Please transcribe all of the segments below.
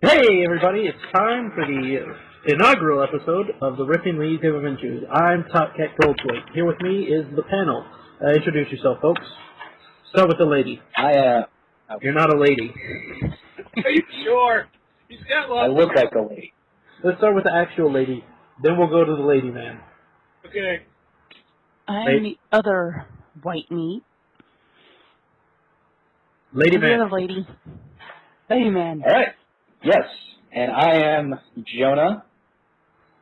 Hey everybody, it's time for the inaugural episode of the Ripping League of Adventures. I'm Top Cat Goldthwait. Here with me is the panel. Uh, introduce yourself, folks. Start with the lady. I uh, You're not a lady. Are you sure? He's got I lots. look like a lady. Let's start with the actual lady, then we'll go to the lady man. Okay. I'm Lady- the other white meat. Lady I'm the man. other lady. Lady man. All right. Yes, and I am Jonah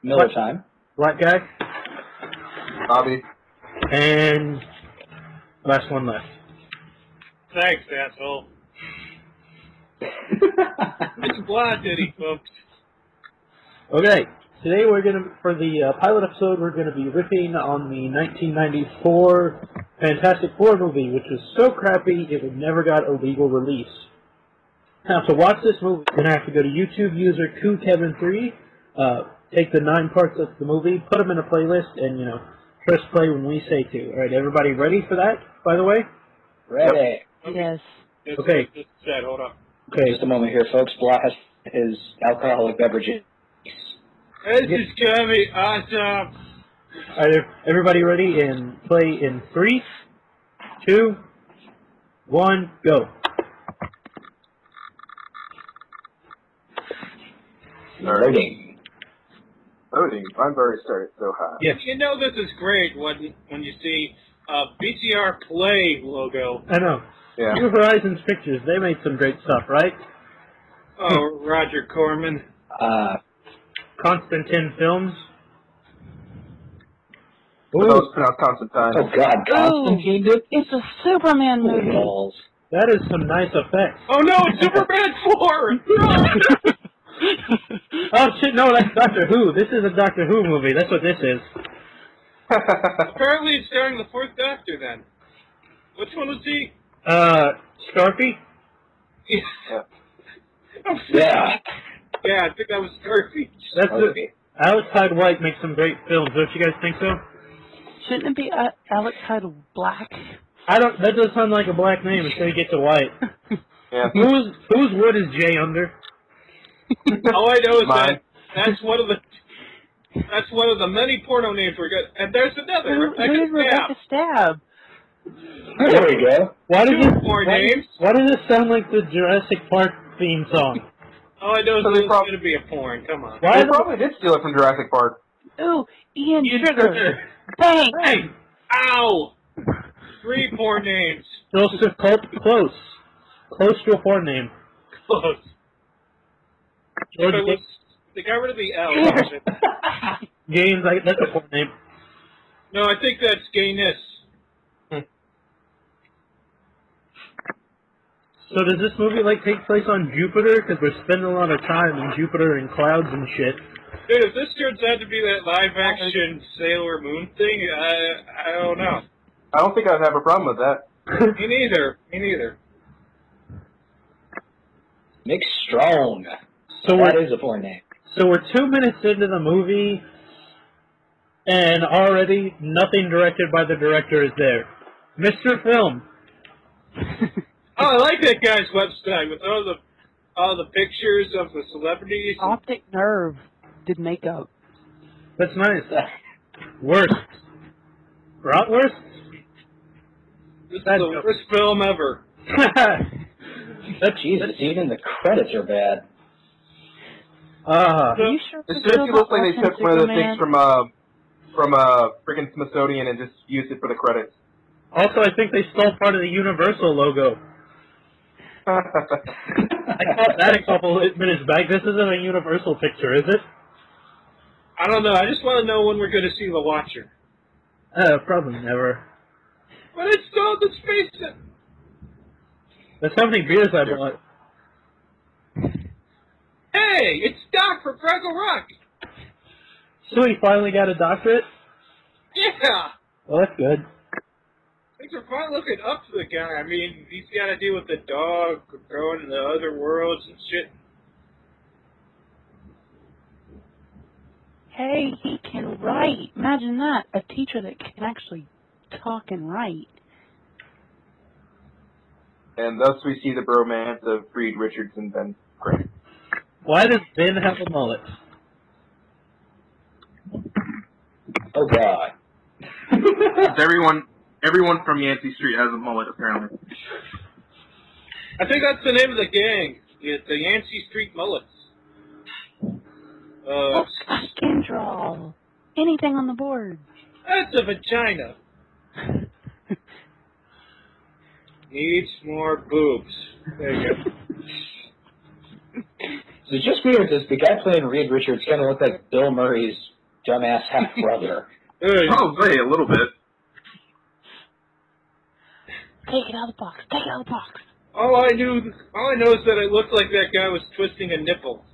Miller What? time. Black guy. Bobby. And last one left. Thanks, asshole. It's blind diddy, folks. Okay. Today we're gonna for the uh, pilot episode we're gonna be ripping on the 1994 Fantastic Four movie, which was so crappy it never got a legal release. Now to watch this movie, you're gonna have to go to YouTube user Koo Kevin Three, uh, take the nine parts of the movie, put them in a playlist, and you know press play when we say to. All right, everybody ready for that? By the way. Ready. Yes. That's Okay. what I Just said, hold on. Okay. Just a moment here, folks. Blah has his alcoholic beverages. This is gonna be awesome. All right, everybody ready? And play in three, two, one, go. Loading. Loading. I'm very sorry. So high. Yeah. You know this is great when when you see a BTR Play logo. I know. Yeah. New Horizons Pictures, they made some great stuff, right? Oh, Roger Corman. Uh, Constantine Films. But that Ooh, was pronounced Constantine. oh God, Constantine did. It's a Superman Holy movie. balls. that is some nice effects. Oh no, it's Superman 4! No! Oh shit, no, that's Doctor Who. This is a Doctor Who movie. That's what this is. Apparently it's starring the fourth Doctor then. Which one was he? Uh, Scarfy? Yeah. yeah, I think that was Scarfy. That's the, Okay. Alex Hyde White makes some great films. Don't you guys think so? Shouldn't it be uh, Alex Hyde Black? I don't. That does sound like a black name until you get to White. Yeah. Who's whose wood is Jay under? Oh, All I know is Mine. that that's one of the that's one of the many porno names we got, and there's another. Who, who Rebecca is Stab. Rebecca Stab? There we go. Why does Two this? more why, names. why does this sound like the Jurassic Park theme song? All I know is So that they it's prob- going to be a porn. Come on. Why They is it probably did steal it from Jurassic Park. Ooh, Ian Trigger. Bang. Hey, Ow! Three porn names. those are clo- close. Close to a porn name. Close. George But it was- Ga- they got rid of the L. Gaines, I, that's a porn name. no, I think that's gayness. So does this movie like take place on Jupiter? Because we're spending a lot of time in Jupiter and clouds and shit. Dude, if this turns out to be that live action Sailor Moon thing, I I don't know. I don't think I'd have a problem with that. Me neither. Me neither. Nick Strong. So that we're is a foreign name. so we're two minutes into the movie, and already nothing directed by the director is there. Mr. Film, Oh, I like that guy's website with all the all the pictures of the celebrities. Optic Nerve did makeup. that's nice. Worst, Bratwurst. This is That's the dope. worst film ever. that's Jesus, even the credits are bad. Ah, Are you sure It this seriously is looks like they Batman took one of the things Superman? from uh from uh freaking Smithsonian and just used it for the credits. also I think they stole part of the Universal logo. I caught that a couple of minutes back. This isn't a universal picture, is it? I don't know. I just want to know when we're going to see The Watcher. Uh, probably never. But it's still the space. That's how many beers I bought. Hey, it's Doc from Fraggle Rock. So he finally got a doctorate? Yeah. Well, that's good. Things are fine looking up to the guy. I mean, he's got to deal with the dog going to the other worlds and shit. Hey, he can write. Imagine that. A teacher that can actually talk and write. and thus we see the bromance of Reed Richards and Ben Grant. Why does Ben have a mullet? Oh God. everyone, everyone from Yancey Street has a mullet apparently. I think that's the name of the gang. It's the Yancey Street Mullets. Uh, Oh, Look, I can draw anything on the board. that's a vagina. Needs more boobs. There you go. So just weird is the guy playing Reed Richards kind of looked like Bill Murray's dumbass half brother. Ugh, Probably Oh, a little bit. Take it out of the box. Take it out of the box. Oh. all I knew, all I know is that it looked like that guy was twisting a nipple.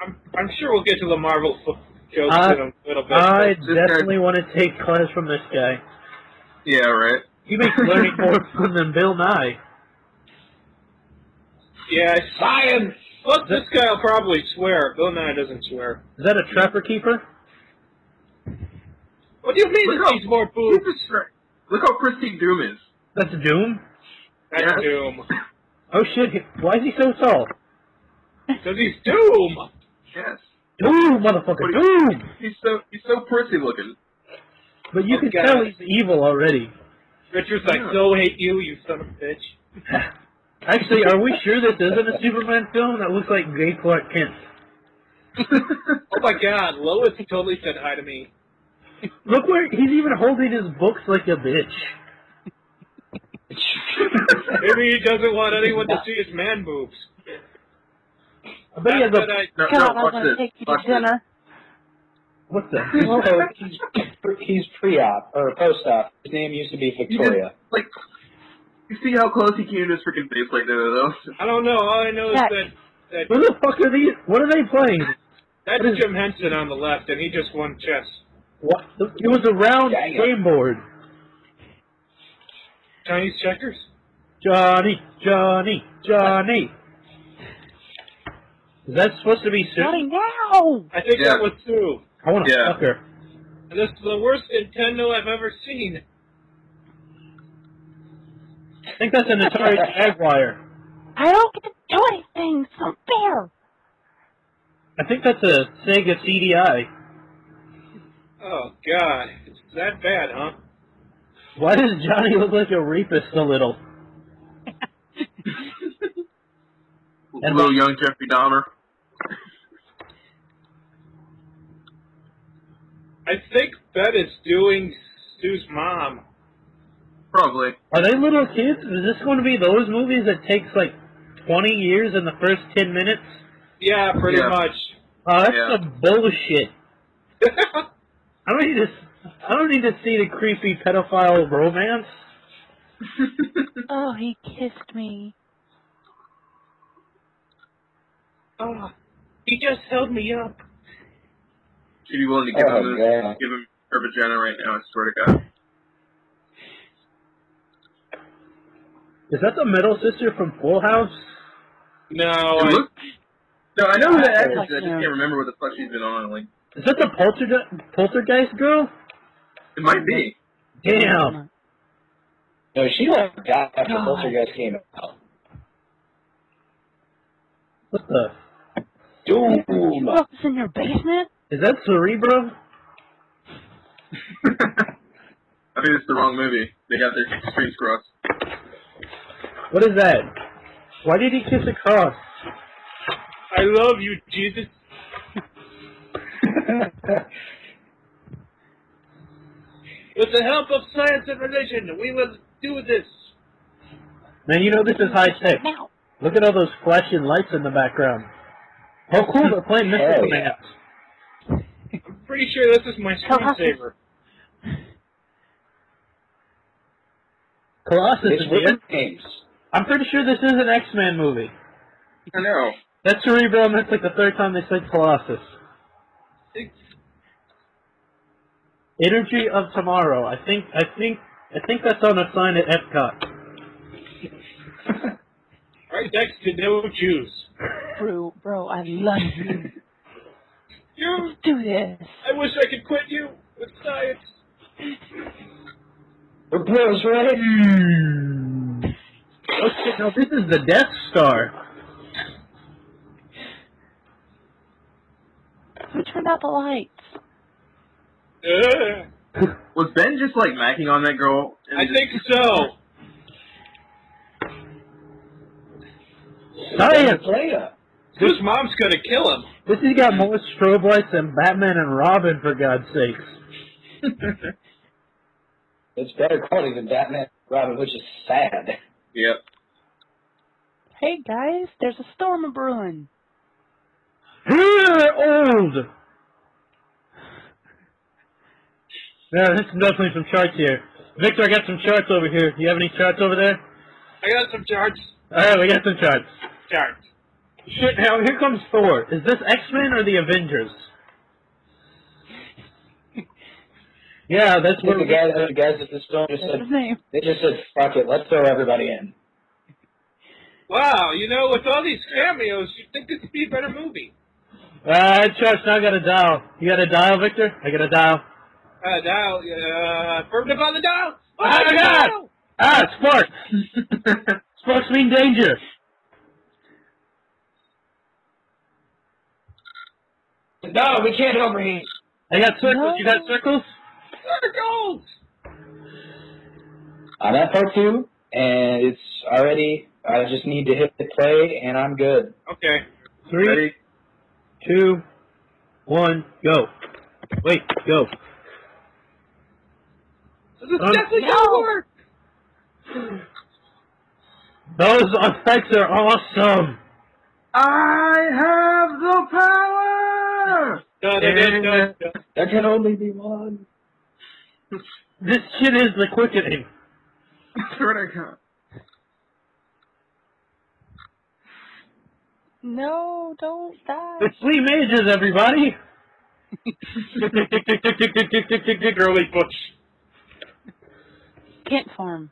I'm, I'm sure we'll get to the Marvel fo- jokes I- in a little bit. I This guy- definitely want to take class from this guy. Yeah, right. He makes learning more fun than Bill Nye. Yeah, science. Look, this guy will probably swear. Bill Nye doesn't swear. Is that a trapper keeper? What do you mean? Look It up. needs more Look boobs. Look how pristine Doom is. That's Doom. That's Yeah. Doom. Oh shit! he- Why is he so tall? Because he's Doom. Yes. Doom, motherfucker, Doom. He's so he's so prissy looking. But you Oh, can God. tell he's evil already. Richard's like, Yeah. so hate you, you son of a bitch. Actually, are we sure this isn't a Superman film? That looks like gay Clark Kent. Oh my god, Lois totally said hi to me. Look where he's even holding his books like a bitch. Maybe he doesn't want anyone to see his man boobs. I bet he has That's what a I- no, God, no, I'm watch gonna this. take you to watch this. dinner. what the? So he's, he's pre-op or post-op. His name used to be You just, Victoria. like, you see how close he came to his freaking face like that, though. I don't know. All I know is Yeah. that that Who the fuck are these? What are they playing? that's Jim Henson on the left, and he just won chess. What? the- It was a round Dang it. game board. Chinese checkers. Johnny, Johnny, Johnny. Is that supposed to be Got Sue? him now. I think Yeah. that was Sue. I want to Yeah. fuck her. And this is the worst Nintendo I've ever seen. I think that's an Atari Jaguar. I don't get to do anything. It's unfair. I think that's a Sega CDI. Oh god, it's that bad, huh? Why does Johnny look like a rapist a little? And Little what- young Jeffrey Dahmer. I think that is doing Sue's mom. Probably. Are they little kids? Is this going to be those movies that takes like 20 years in the first 10 minutes? Yeah, pretty Yeah. much. Uh, that's Yeah. some bullshit. I don't need to. s- I don't need to see the creepy pedophile romance. Oh, he kissed me. oh, he just held me up. She'd be willing to give Oh, him yeah. this, give him her vagina right now. I swear to God. Is that the middle sister from Full House? No, It Oh, I, looks- no, I know who that actress Like, is. I just yeah. can't remember what the fuck she's been on. Like, Is that the polterge- poltergeist girl? it might be. Damn. No, she left after God. Poltergeist came out. What the? Doom. What else is in your basement? Is that Cerebro? I think it's the wrong movie. They got their streams crossed. What is that? Why did he kiss a cross? I love you, Jesus. With the help of science and religion, we will do this. Man, you know this is high tech. Now. Look at all those flashing lights in the background. Oh, cool! They're playing Hell Mystical yeah. Maps. I'm pretty sure this is my screensaver. Colossus It's is here. women names. I'm pretty sure this is an X-Men movie. I know. That's Cerebro, and that's like the third time they said Colossus. Energy of Tomorrow. I think. I think. I think that's on a sign at Epcot. Right next to no Jews. Bro, bro, I love you. You, Do this. I wish I could quit you with science. Hmm. They're bros, right? Oh shit, no, this is the Death Star. Who turned out the lights? Ugh. Was Ben just like macking on that girl? and Uh, I just- think so. Science! Leia. His mom's gonna kill him. This has got more strobe lights than Batman and Robin, for God's sakes. It's better quality than Batman Robin, which is sad. Yep. Hey guys, there's a storm a brewing. We're old! Yeah, there's definitely some charts here. Victor, I got some charts over here. Do you have any charts over there? I got some charts. Alright, we got some charts. Charts. Shit, now here comes Thor. Is this X-Men or the Avengers? yeah, that's Look, where the guys, the guys at this film just What's said, his name? they just said, fuck it, let's throw everybody in. Wow, you know, with all these cameos, you'd think this would be a better movie. Uh, Charts, now I got a dial. You got a dial, Victor? I got a dial. Uh, dial, uh, affirmative on the dial. Oh, my God! Ah, sparks! sparks mean danger! No, we can't overheat. I got circles. You got circles? Circles! I'm at Uh, part two, and it's already, I just need to hit the play, and I'm good. Okay. Three, Ready? two, one, go. Wait, go. This is Um, definitely gonna work! Those effects are awesome! I have the power. Dun, dun, dun, dun, dun. There can only be one. This shit is the quickening. Swear to God. No, don't die. It's Lee Majors, everybody! tick, tick, tick, tick, tick, tick, tick, tick, tick, tick, tick, early push. Kent Farm.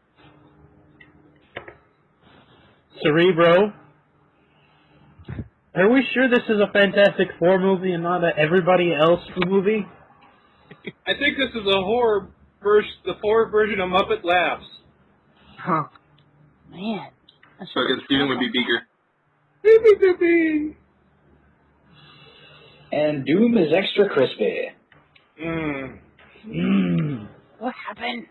Cerebro. Are we sure this is a Fantastic Four movie and not a everybody else movie? I think this is a horror version, the horror version of Muppet Laughs. Huh. Man. I So I guess Steven would be bigger. And Doom is extra crispy. Mmm. Mmm. What happened?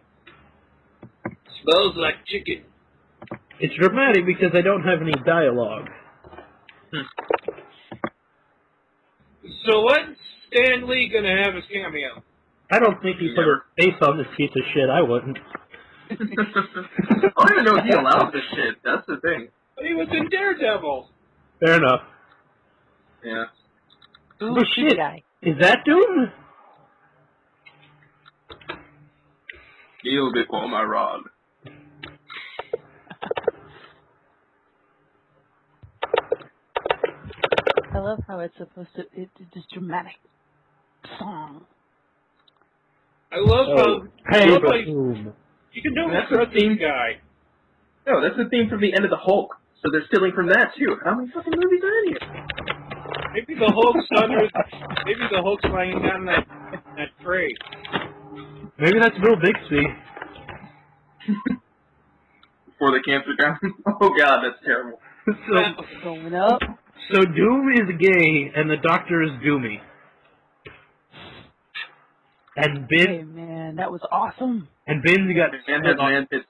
Smells like chicken. It's dramatic because I don't have any dialogue. So what's Stan Lee gonna have his cameo? I don't think you put her face on this piece of shit. I wouldn't. I don't even know if he allowed this shit. That's the thing. But he was in Daredevil. Fair enough. Yeah. Ooh, Oh, cheap shit. guy. Is that Doom? Deal bit on my rod. I love how it's supposed to. It, it's this dramatic song. I love So- how Oh. Hey, Look like- Doom. you can never Oh, That's trust the theme. this guy. No, that's the theme from the end of the Hulk. So they're stealing from that too. How many fucking movies are in here? Maybe the Hulk's under maybe the Hulk's lying down that that tray. Maybe that's Bill Bixby. For the cancer guy. oh god, that's terrible. So, Going up. so Doom is gay and the Doctor is Doomy. And Hey Ben man, that was awesome. and Ben's got Ben has man tits.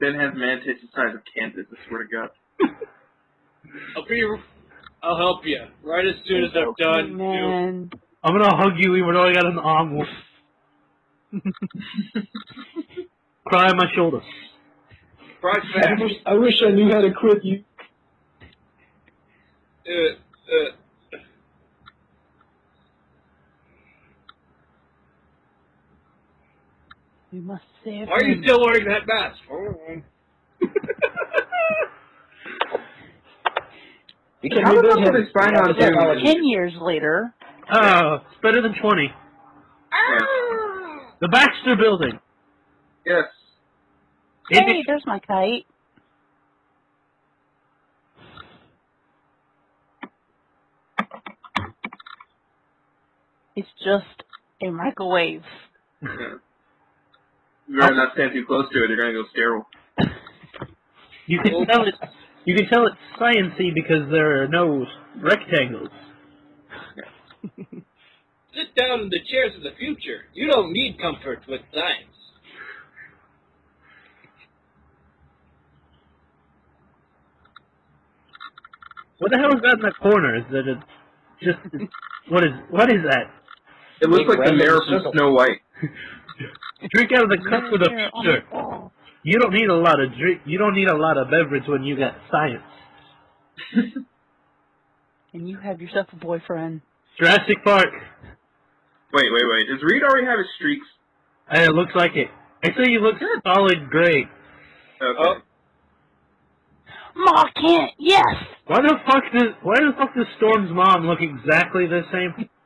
Ben has man tits the size of Kansas. I swear to God. I'll be I'll help you right as soon as I'm Hey, done. dude. man. I'm gonna hug you even though I got an arm. wound. Cry on my shoulder. Brock I Back. wish, I wish I knew how to quit you. Uh, uh, We must save why are you him. still wearing that mask? Oh. We can How the rebuild fuck are him. they spying We have on the technology. Ten years later. Oh, it's better than 20. Ah! The Baxter Building. Yes. Hey, Indi- there's my kite. It's just a microwave. Yeah. You better not stand too close to it. They're gonna go sterile. You can tell it. You can tell it's sciency because there are no rectangles. Sit down in the chairs of the future. You don't need comfort with science. What the hell is that in that corner? Is that it's just what is what is that? It looks like the mirror from Snow White. Drink out of the cup of the Mirror on future. the wall. You don't need a lot of drink. You don't need a lot of beverage when you got science. And you have yourself a boyfriend. Jurassic Park. Wait, wait, wait. Does Reed already have his streaks? And it looks like it. I say you look solid gray. Okay. Oh. Ma can't. Yes. Why the fuck does Why the fuck does Storm's mom look exactly the same?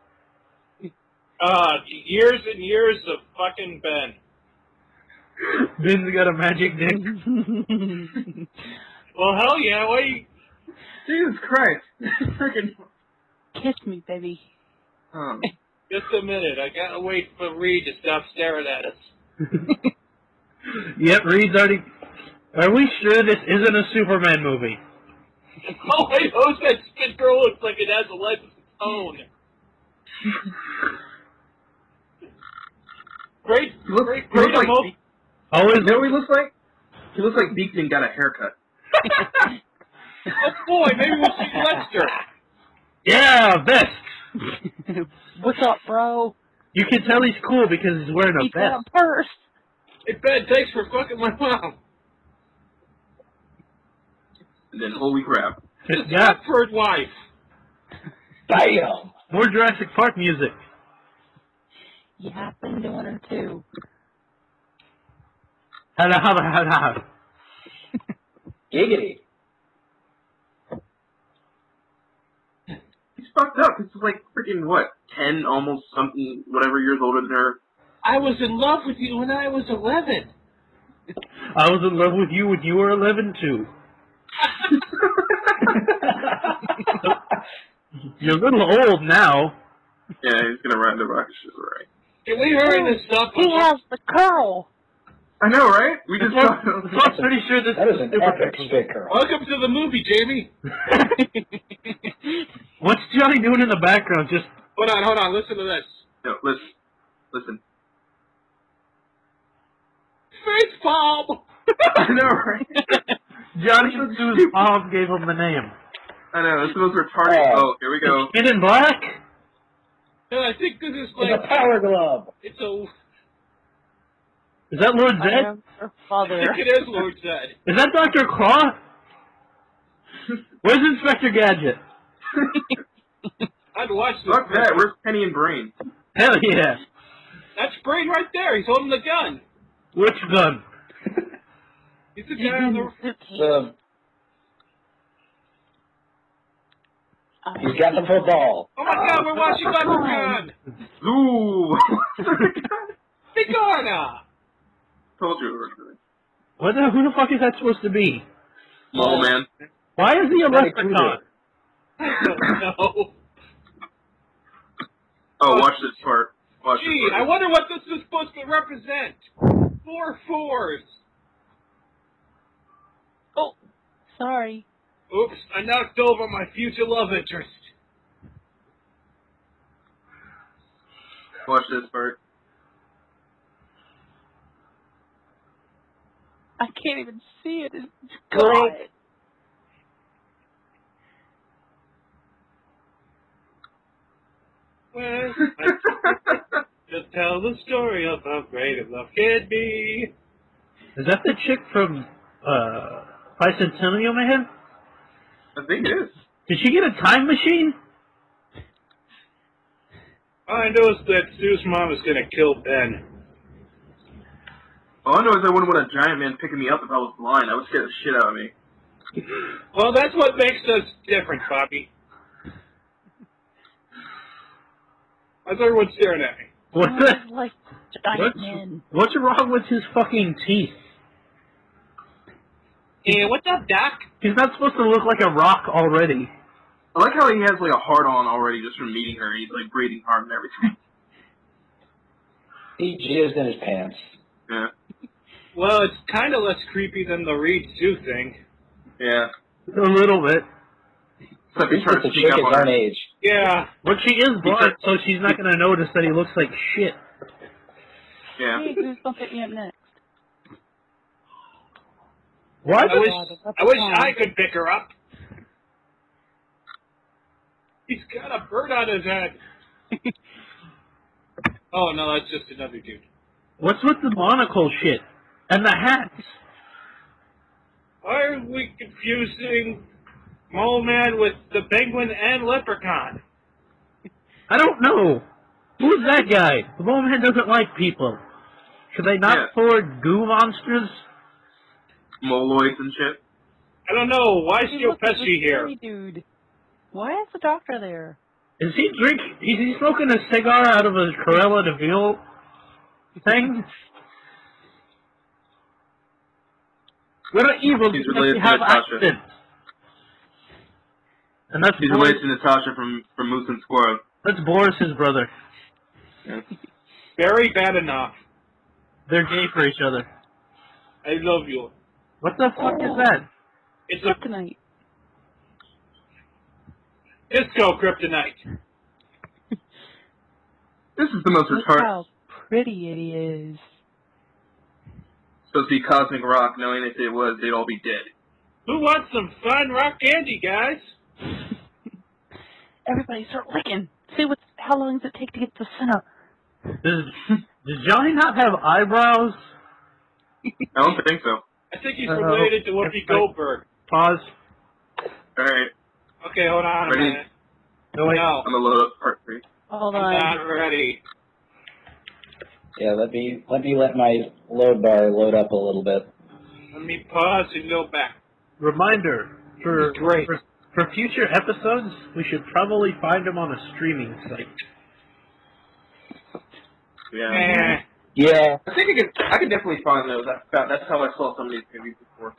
Uh, years and years of fucking Ben. Ben's got a magic dick. Well, hell yeah, why you... Jesus Christ. Freaking. Kiss me, baby. Um, Just a minute, I gotta wait for Reed to stop staring at us. Yep, Reed's already. Are we sure this isn't a Superman movie? Oh, wait, oh, that spit girl looks like it has a life of its own. great, Look- great, you look great like- emo- Always. you know what he looks like? He looks like Beekman got a haircut. Oh boy, maybe we'll see Lester. Yeah, vest. What's up, bro? You can tell he's cool because he's wearing a He's got vest. a purse. Hey, Ben, thanks for fucking my mom. And then, holy crap. Just Yeah, not for his wife. Bam! more Jurassic Park music. You have been doing it too. Hello, hello, hello. Giggity. He's fucked up. This is like freaking what? 10, almost something, whatever years older than her. I was in love with you when I was 11. I was in love with you when you were 11 too. You're a little old now. yeah, he's gonna ride the rocket ship, right? Can we hurry this up? He has the curl. I know, right? We just talked I'm pretty sure this That is is a an Superman epic movie. spit curl. Welcome to the movie, Jamie. What's Johnny doing in the background? Just Hold on, hold on, listen to this. No, listen. Listen. Face palm! I know, right? Johnny whose mom gave him the name. I know, this is the most retarded. Oh. Oh, here we go. Men in Black. And I think this is It's a like, power glove. it's a, Is that Lord I Zed? am her I think father. it is Lord Zed. Is that Doctor Claw? Where's Inspector Gadget? I'd watch this. Fuck that, where's Penny and Brain? Hell yeah! That's Brain right there. He's holding the gun. Which gun? He's the guy on the. The, Uh, he's got the football. Oh my God, we're watching Uncle John. Ooh! Be gone now. Told you it worked for me. What the, who the fuck is that supposed to be? Oh, man. Why is he a Freddy leprechaun? Krueger. no. Oh, watch this part. Watch Gee, this I part. wonder what this is supposed to represent. Four fours. Oh, Sorry. Oops, I knocked over my future love interest. Watch this part. I can't even see it. It's Girl. God. Well, I- just tell the story of how great a love can be. Is that the chick from uh, Bicentennial Man? I think it is. Did she get a time machine? All I know is that Sue's mom is gonna kill Ben. All I know is I wouldn't want a giant man picking me up if I was blind. I would scare the shit out of me. Well, that's what makes us different, Bobby. Why's everyone staring at me? What I the? was like giant What's, men. what's wrong with his fucking teeth? Hey, what's up, Doc? He's not supposed to look like a rock already. I like how he has like a heart on already just from meeting her. He's like breathing hard and everything. He jizzed in his pants. Yeah. Well, it's kind of less creepy than the Reed Sue thing. Yeah. A little bit. Except he's trying It's to a sneak chick up his on own her. age. Yeah. But she is blind, so she's not going to notice that he looks like shit. Yeah. Hey, who's gonna pick me up next? Why I would wish God, that's I wish fine. I could pick her up. He's got a bird on his head. oh no, that's just another dude. What's with the monocle shit? And the hats? Why are we confusing Mole Man with the penguin and leprechaun? I don't know. Who's that guy? The mole man doesn't like people. Should they not Yeah. afford goo monsters? Moloids and shit. I don't know. Why is He Joe looks like a Pesci here? scary Dude. Why is the doctor there? Is he drink? Is he smoking a cigar out of a Corella de Ville thing? What are evil He's because related they to have Natasha. accidents. And that's He's Boris, related to Natasha from, from Moose and Squirrel. that's Boris's brother. Very bad enough. They're gay for each other. I love you. What the fuck is that? It's a Kryptonite. disco kryptonite. This is the most Look retarded. how pretty it is. Supposed to be cosmic rock, knowing if it was, they'd all be dead. Who wants some fun rock candy, guys? Everybody start licking. See what how long does it take to get to the center? Does, does Johnny not have eyebrows? I don't think so. I think he's Uh, related to Whoopi it's like- Goldberg. Pause. Alright, Okay, hold on a Ready? minute. No wait. No, I'm gonna load up part three. Hold I'm on. not ready. Yeah, let me let me let my load bar load up a little bit. Let me pause and go back. Reminder for, Great. for for future episodes, we should probably find him on a streaming site. Yeah. Eh, Yeah. I think I could, I could definitely find those. I found, that's how I saw some of these movies before.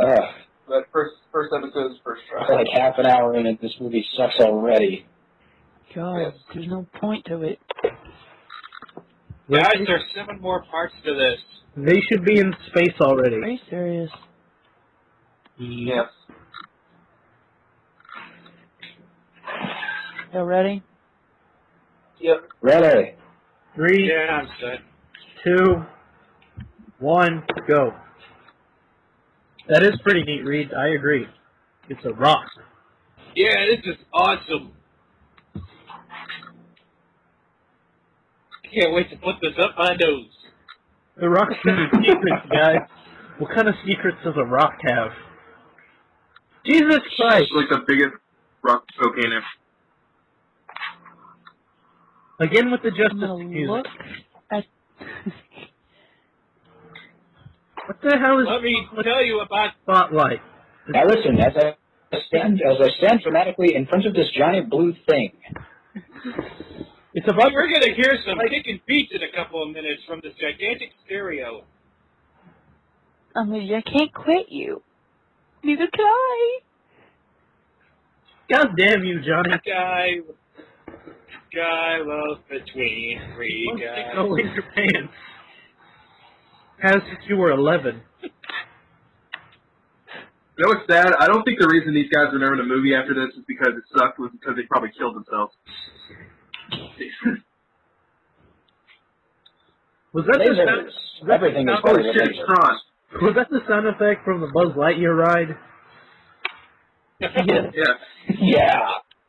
Ugh. But first, first episode's first try. It's like half an hour in it. This movie sucks already. God, there's no point to it. guys, there's seven more parts to this. They should be in space already. Very serious. Yes. Y'all ready? Yep. Really? Three, Yeah, I'm set. two, one, go. That is pretty neat, Reed. I agree. It's a rock. Yeah, this is awesome. Can't wait to put this up on those. The rock's got secrets, guys. What kind of secrets does a rock have? Jesus Christ! It's like the biggest rock volcano. Again with the I'm justice gonna music. look at What the hell is Let me tell you about spotlight? Now listen, as I stand as I stand dramatically in front of this giant blue thing. It's about We're gonna hear some kicking beats in a couple of minutes from this gigantic stereo. Amelia, I can't quit you. Neither can I. God damn you, Johnny. Guy, guy love between three Once you guys. go in your pants. As since you were 11. You know what's sad? I don't think the reason these guys were never in a movie after this is because it sucked, was because they probably killed themselves. Was that the sound, Lasers. Everything is Oh, oh better than shit, it's lasers. Tron. was that the sound effect from the Buzz Lightyear ride? yeah. Yeah. Yeah.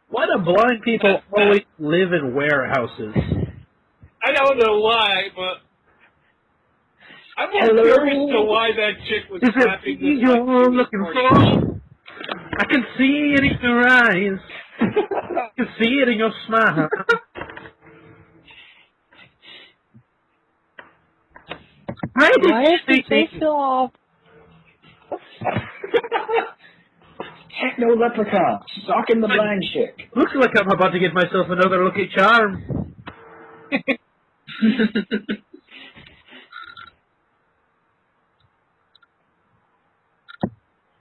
Why do blind people always live in warehouses? I don't know why, but I'm more Hello? curious to why that chick was Is it clapping this you're like she was looking recording. for? I can see it in your eyes. I can see it in your smile. Why did Why is you the face think- so off? Techno leprechaun. Socking the blind chick. Looks like I'm about to get myself another lucky charm.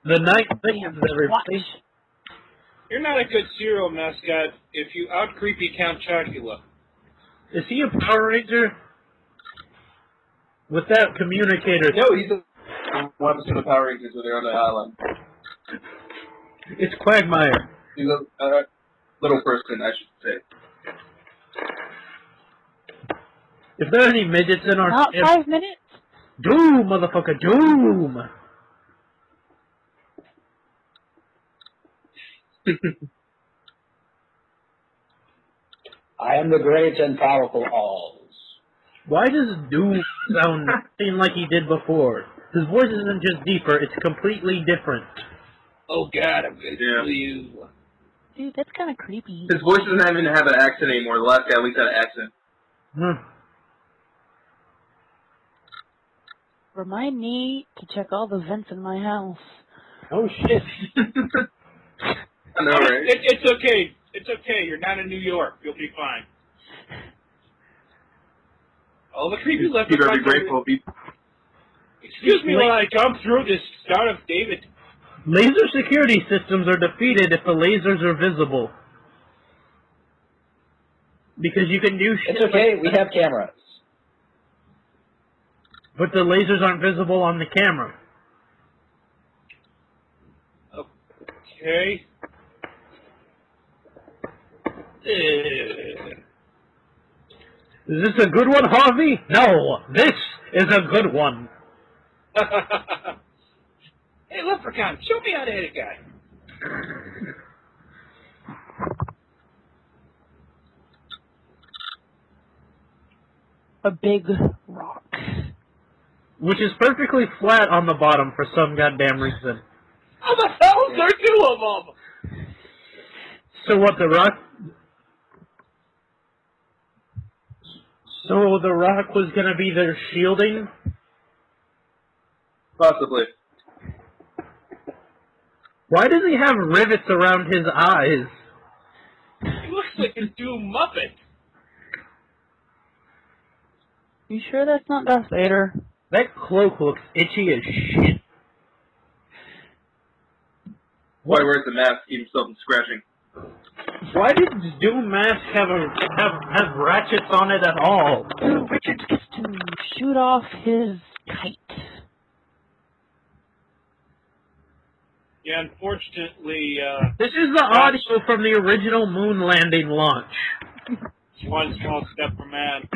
the night things Watch. everything. You're not a good serial mascot if you out creepy Count Chocula. Is he a Power Ranger? With that communicator, No, he's the one of the Power Rangers when they're on the island. it's Quagmire. He's a uh, little person, I should say. If there are any midgets in our Not if- five minutes? doom, motherfucker, doom. I am the great and powerful Alls. Why does Doom sound nothing like he did before? His voice isn't just deeper; it's completely different. Oh God, I'm gonna Yeah. kill you. Dude, that's kind of creepy. His voice doesn't even have an accent anymore. The last guy at least had an accent. Hmm. Remind me to check all the vents in my house. Oh shit! I know, right? It, it's okay. It's okay. You're not in New York. You'll be fine. All the creepy You left. better be grateful. Be Excuse me while I jump through this Star of David. Laser security systems are defeated if the lasers are visible. Because you can do shit, It's okay, we have cameras. but the lasers aren't visible on the camera. Okay. Ugh. Is this a good one, Harvey? No, this is a good one. hey, Leprechaun, show me how to hit a guy. A big rock. Which is perfectly flat on the bottom for some goddamn reason. How the hell is there two of them? So what the rock? So the rock was gonna be their shielding. possibly. Why does he have rivets around his eyes? He looks like a Doom Muppet. You sure that's not Darth Vader? That cloak looks itchy as shit. Why wears the mask? Keep himself from scratching. Why did Doom Mask have a have have ratchets on it at all? Dude, Richard gets to shoot off his kite. Yeah, unfortunately, uh, This is the audio from the original moon landing launch. it's one small step for man,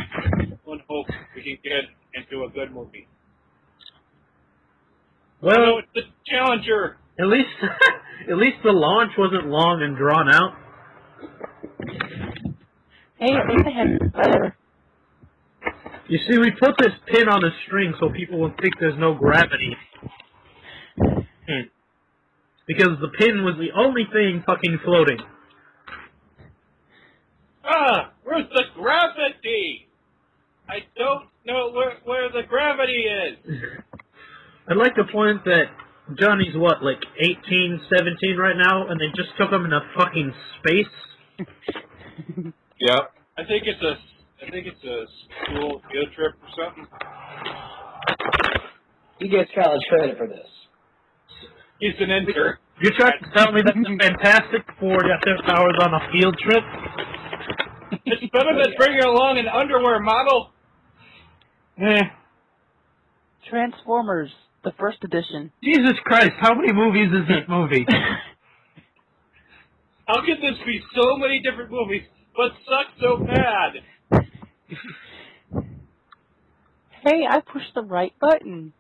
one hope we can get into a good movie. Oh, no, Well, it's the Challenger. at least at least the launch wasn't long and drawn out. Hey, at least I had better. You see, we put this pin on a string so people will think there's no gravity. Hmm. Because the pin was the only thing fucking floating. Ah, where's the gravity? I don't know where where the gravity is. I'd like to point that Johnny's what, like 18, 17 right now, and they just took him into fucking space? Yep. I think it's a I think it's a school field trip or something. He gets college credit for this. He's an intern. You're trying to tell me that the Fantastic Four got their powers on a field trip? It's better than bringing along an underwear model. Eh. Transformers, the first edition. Jesus Christ, how many movies is this movie? How could this be so many different movies, but suck so bad? hey, I pushed the right button.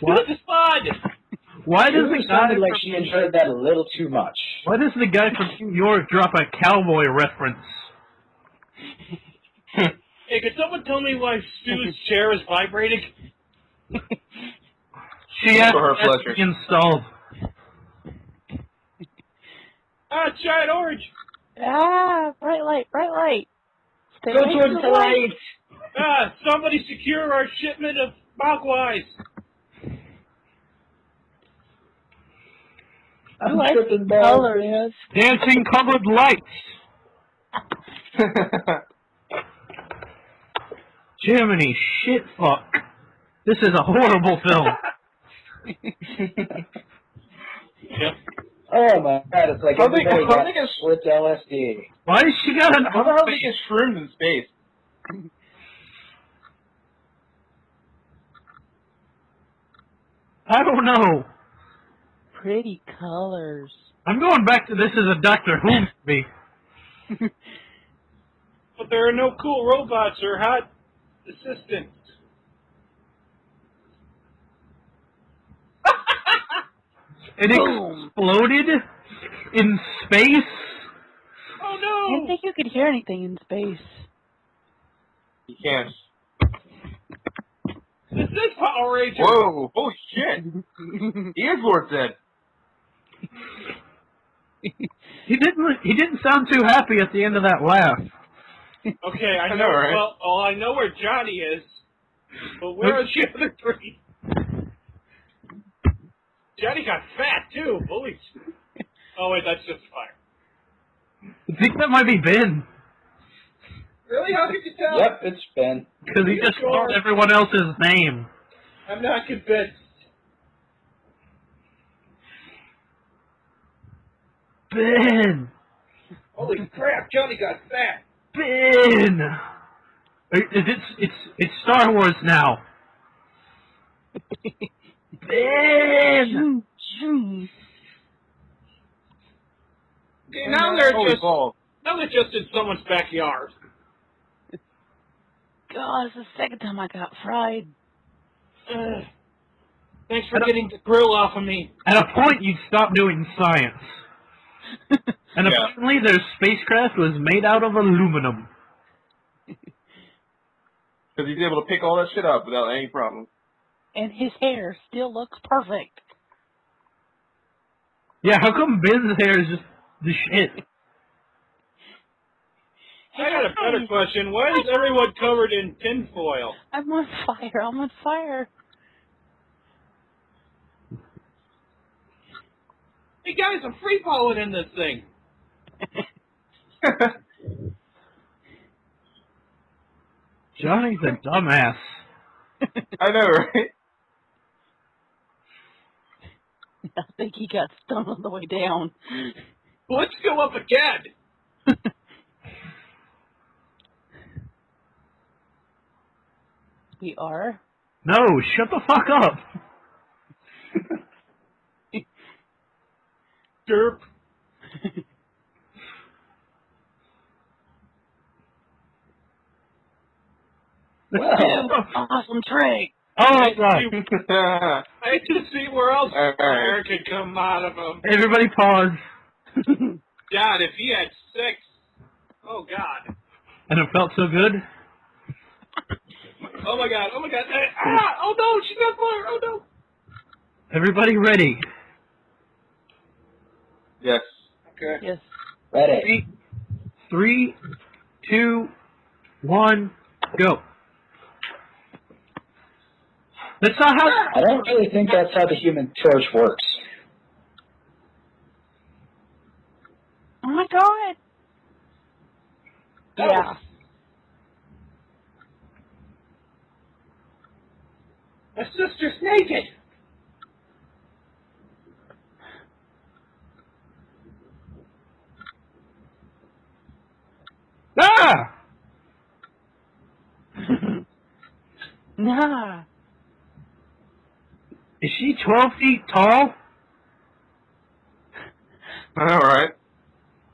What? This is fun. Why does Julie the guy sounded like from- she enjoyed that a little too much. Why does the guy from New York drop a cowboy reference? Hey, could someone tell me why Sue's chair is vibrating? She has For her has to pleasure. be installed. Ah, it's giant orange. Ah, bright light, bright light. Stay Go away from towards the the light. light! Ah, somebody secure our shipment of Mogwais. I'm Light tripping balls, colors. man. Dancing colored lights. Jiminy shit fuck. This is a horrible film. Yep. Oh, Oh my god, it's like How big- everybody how got big is- slipped LSD. Why has she got an How the hell did you get shrooms in space? I don't know. Pretty colors. I'm going back to this as a Doctor Who movie. But there are no cool robots or hot assistants. It Boom. exploded in space. Oh I no! didn't think you could hear anything in space. You can't. This is Power Rangers. Whoa! Holy shit! He is Lord Zed. He didn't. He didn't sound too happy at the end of that laugh. Okay, I I know. know, right? Well, well, I know where Johnny is, but where are the other three? Johnny got fat too. Holy! s- Oh wait, that's just fire. I think that might be Ben Really? How could you tell? Yep, it's Ben. because he just Sure. called everyone else's name. I'm not convinced. Ben, Holy crap! Johnny got fat. Ben. It- It's it's it's Star Wars now. ben. Zoom, zoom. Okay, now they're Holy just balls. now they're just in someone's backyard. God, it's the second time I got fried. Ugh. Thanks for getting the grill off of me. At a point, you'd stop doing science. And Yeah. apparently, their spacecraft was made out of aluminum. Because he's able to pick all that shit up without any problem. and his hair still looks perfect. Yeah, how come Ben's hair is just the shit? I got a better question. Why is everyone covered in tinfoil? I'm on fire. I'm on fire. Hey guys, I'm free falling in this thing. Johnny's a dumbass. I know, right? I think he got stung on the way down. Let's go up again. We are. No, shut the fuck up. Derp. Well, awesome trick. Oh, I, God. see, All I had to see where else right. fire could come out of him. Everybody pause. God, if he had six, oh God. And it felt so good. Oh my God. Oh my God. Ah, oh no, she's on fire. Oh no. Everybody ready. Yes. Okay. Yes. Ready. Three, three, two, one, go. That's not how. I don't really think that's how the human torch works. Oh my god. Yeah. My sister's naked. Ah! Nah. Is she 12 feet tall? I know, right?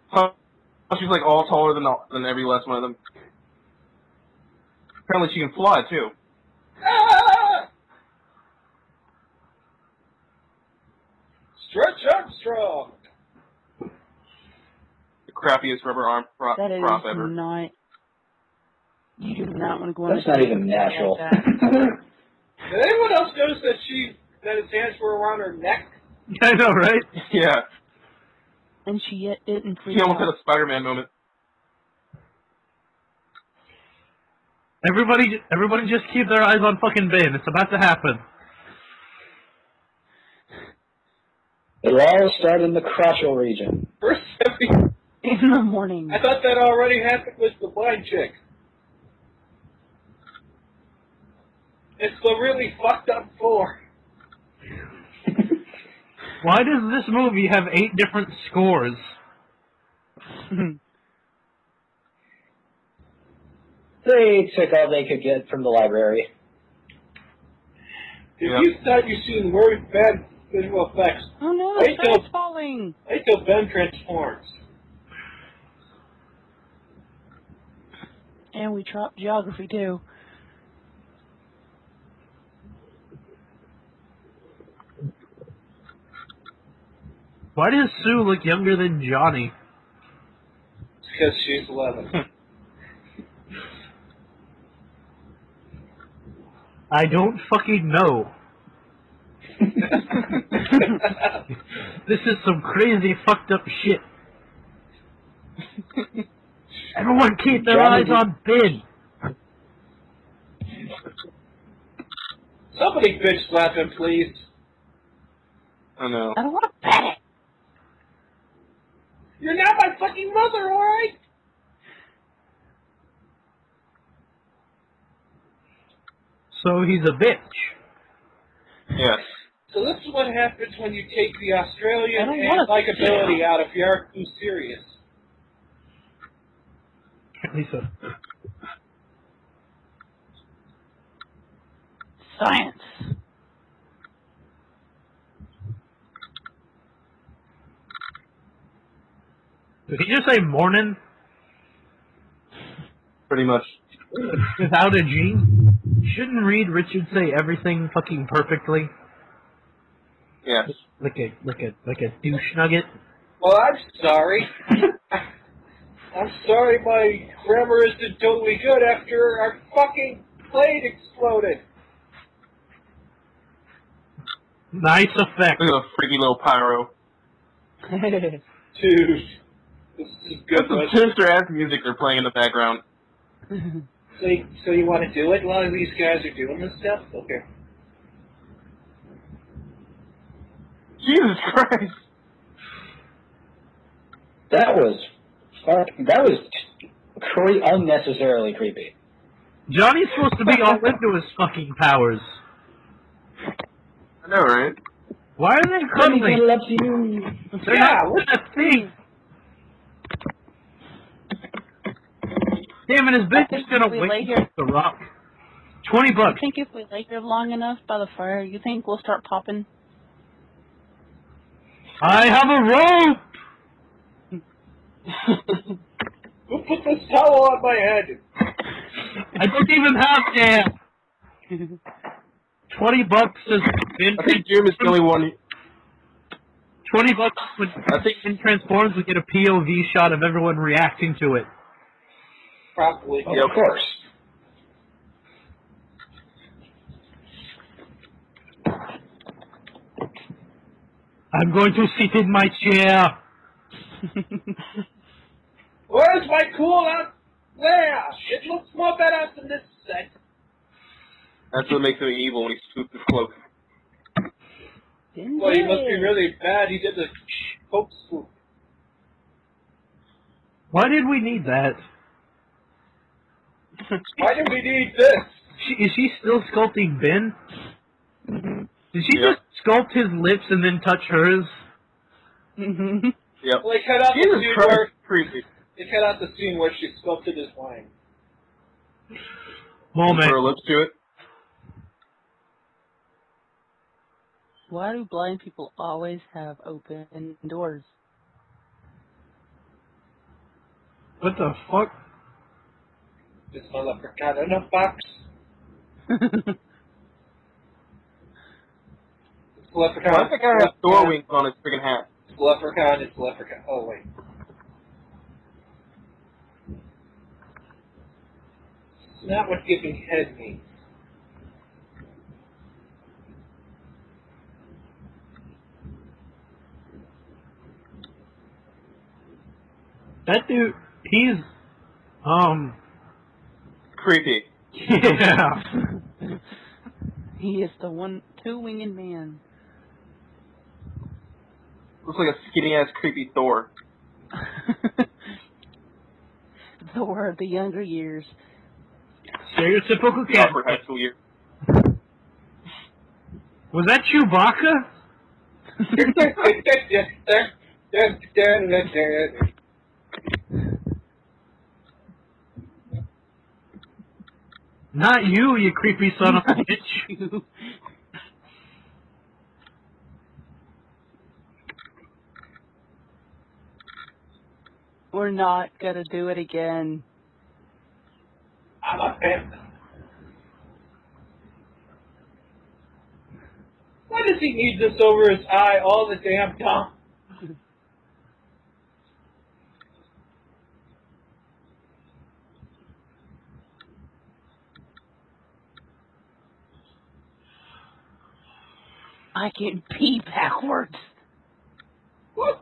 Huh. She's like all taller than all, than every last one of them. Apparently, she can fly too. Ah! Stretch Armstrong. The crappiest rubber arm prop, That is prop ever. not. You do not want to go on That's a not date even with somebody natural. Like that. Did anyone else notice that she that his hands were around her neck? I know, right? yeah, and she yet didn't freak she almost had out. a Spider-Man moment. Everybody, ju- everybody, just keep their eyes on fucking Ben. It's about to happen. It'll all start in the crotchal region. First, I in the morning. thought that already happened with the blind chick. It's the really fucked up four. Why does this movie have eight different scores? They took all they could get from the library. If Yeah. you thought you seen really bad visual effects, oh no, the Wait till- sky's falling. wait till Ben transforms. And we dropped geography too. Why does Sue look younger than Johnny? Because she's 11. I don't fucking know. This is some crazy fucked up shit. Everyone keep their Johnny eyes did- on Ben. Somebody bitch slap him, please. I know. I don't want to pet it. You're not my fucking mother, alright? So he's a bitch. Yes. So this is what happens when you take the I Australian don't and wanna- likability out of Yaraku serious. Lisa. Science. Did he just say morning Pretty much. without a G? Shouldn't Reed Richards say everything fucking perfectly? Yes. Like a like a like a douche nugget? Well, I'm sorry. I'm sorry my grammar isn't totally good after our fucking plane exploded. Nice effect. Look at the freaky little pyro. Dude, this is a That's good some one. sinister ass music they're playing in the background. So, you- so you want to do it? A lot of these guys are doing this stuff? Okay. Jesus Christ. That was fuck- that was cre- unnecessarily creepy. Johnny's supposed to be all into his fucking powers. I know, right? Why are they cuddling? up to you. They're Yeah, not that thing. Damn it, is Ben I think just gonna we wake later- up the rock? Twenty I bucks. think if we lay here long enough by the fire, you think we'll start popping? I have a rope. Who put this towel on my head? I don't even have that. Twenty bucks is Ben. I think Jim is the only one. Twenty bucks would. I think Ben transforms. We get a POV shot of everyone reacting to it. Probably. Yeah, of course. I'm going to sit in my chair. Where's my cool out there? It looks more badass than this set. that's what makes him evil when he swoops his cloak. Well, he must be really bad. He did the coke swoop. Why did we need that? Why do we need this? She, is she still sculpting Ben? Did she Yeah. just sculpt his lips and then touch hers? Mhm. Yep. Well, they cut out the Jesus scene Christ. where Creepy. they cut out the scene where she sculpted his wine. Moment. Put her lips to it. Why do blind people always have open doors? What the fuck? This motherfucker got in a box. It's leprechaun. Why does that guy have door wings on his freaking hat? It's leprechaun. It's leprechaun. Oh wait. It's not what giving head means. That dude, he's, um, Creepy. yeah. he is the one two-winged man. Looks like a skinny ass creepy Thor. Thor of the younger years. Stereotypical The cat. awkward high school year. Was that Chewbacca? Not you, you creepy son of a bitch. You. We're not gonna do it again. I'm a pimp. Why does he need this over his eye all the damn time? I can pee backwards. What?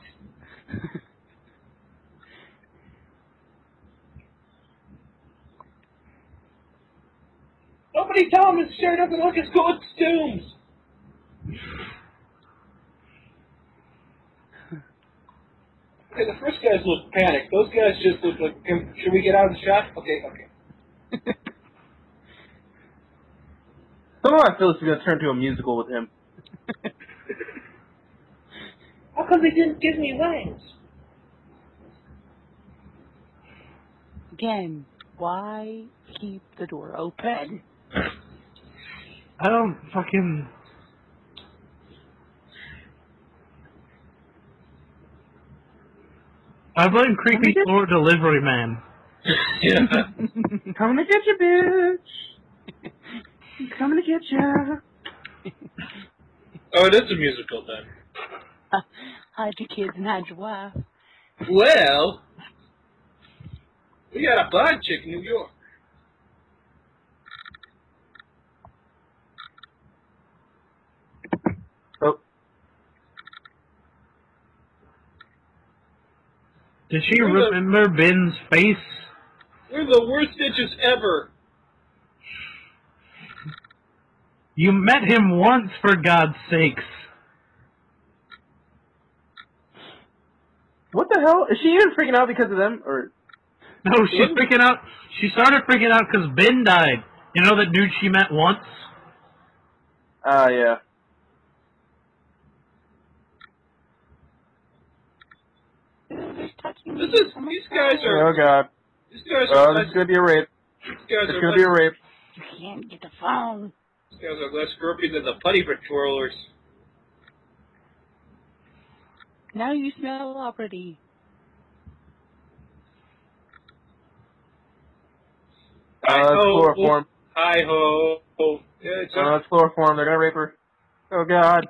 Nobody tell him his shirt doesn't look as cool as Stoom's. Okay, the first guys look panicked. Those guys just look like, "Can- should we get out of the shot? Okay, okay. Somehow I feel this is gonna turn to a musical with him. How come they didn't give me wings? Again, why keep the door open? I don't fucking. I blame creepy store delivery man. Yeah. Coming to get you, bitch. Coming to get you. Oh, it is a musical then. Hide your kids and hide your wife. Well, we got a blind chick in New York. Did she remember Ben's face? We're the worst bitches ever. You met him once, for God's sakes. What the hell? Is she even freaking out because of them? Or No, she's freaking out. She started freaking out because Ben died. You know that dude she met once? ah, uh, yeah. This is these guys Oh are god. these guys Oh, are this less, is gonna be a rape. these guys It's are gonna be a less, rape. You can't get the phone. these guys are less grumpy than the putty patrollers. Now you smell already. Uh, it's chloroform. Hi ho. Yeah, it's Uh, it's chloroform. They're gonna rape her. Oh god.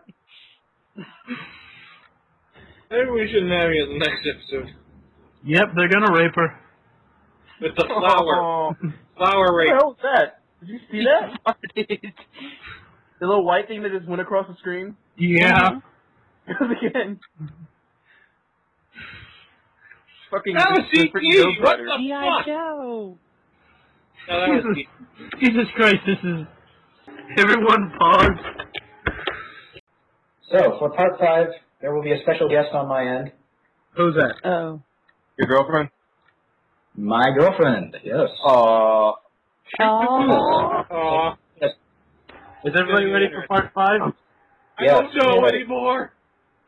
maybe we should marry in the next episode. Yep, they're gonna rape her. With the flower. Oh, Flower what the rate. hell was that? Did you see that? Farted. The little white thing that just went across the screen? Yeah. Uh-huh. Because again. Fucking. That was the freaking CG. Ghost What Rider. the G.I. fuck? Joe. No, that was Jesus. Jesus Christ, this is. Everyone pause. So for part five, there will be a special guest on my end. Who's that? Oh. Your girlfriend? My girlfriend. Yes. Aw. Oh. Aw. Is everybody ready for part five? I Yes. don't know anymore.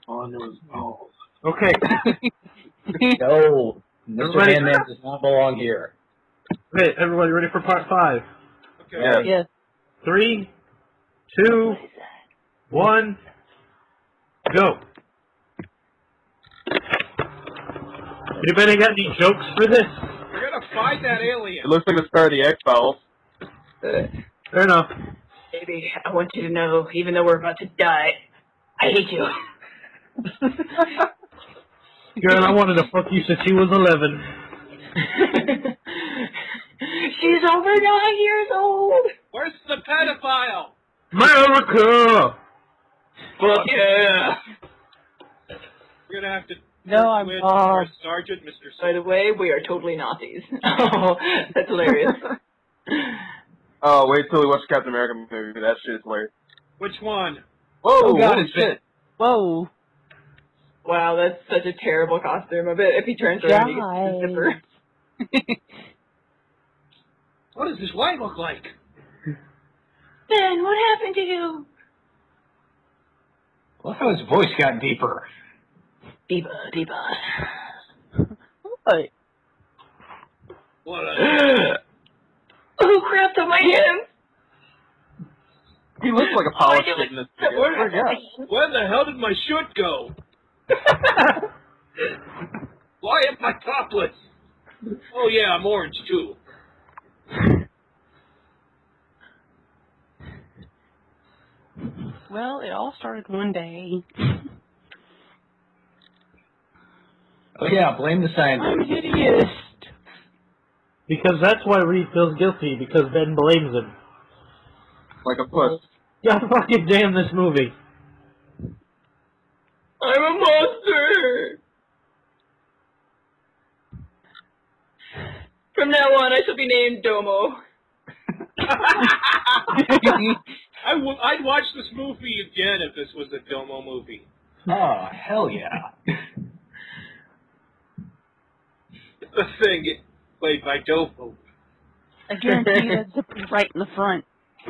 Oh, Okay. No. Mr. Everybody- Oh, Handman does not belong here. Okay, everybody ready for part five? Okay. Yeah. Yes. Three, two, one, go. Anybody got any jokes for this? We're gonna find that alien. It looks like the start of the X Files. Fair enough. Baby, I want you to know, even though we're about to die, I hate you. Girl, I wanted to fuck you since she was 11. She's over nine years old. Where's the pedophile? America! Fuck yeah. We're gonna have to No, I'm switch wrong. our sergeant, Mr. By the way, we are totally Nazis. oh, that's hilarious. Oh, wait till we watch Captain America movie. That shit is hilarious. Which one? Whoa, Oh, God, holy it's shit. Whoa. wow, that's such a terrible costume. I bet if he turns around, he gets his zipper. What does his wife look like? Ben, what happened to you? Well, how his voice got deeper. Diva, diva. what? What Who crapped on my hands? He looks like a Oh, I polished knew it. kid in this video. where, where the hell did my shirt go? Why am I topless? Oh yeah, I'm orange too. Well, it all started one day. Oh yeah, blame the I'm scientist. hideous. Because that's why Reed feels guilty, because Ben blames him. Like a puss. God fucking damn this movie. I'm a monster. From now on, I shall be named Domo. I w- I'd watch this movie again if this was a Domo movie. Oh hell yeah! The thing played by Domo. I guarantee that zipper's right in the front.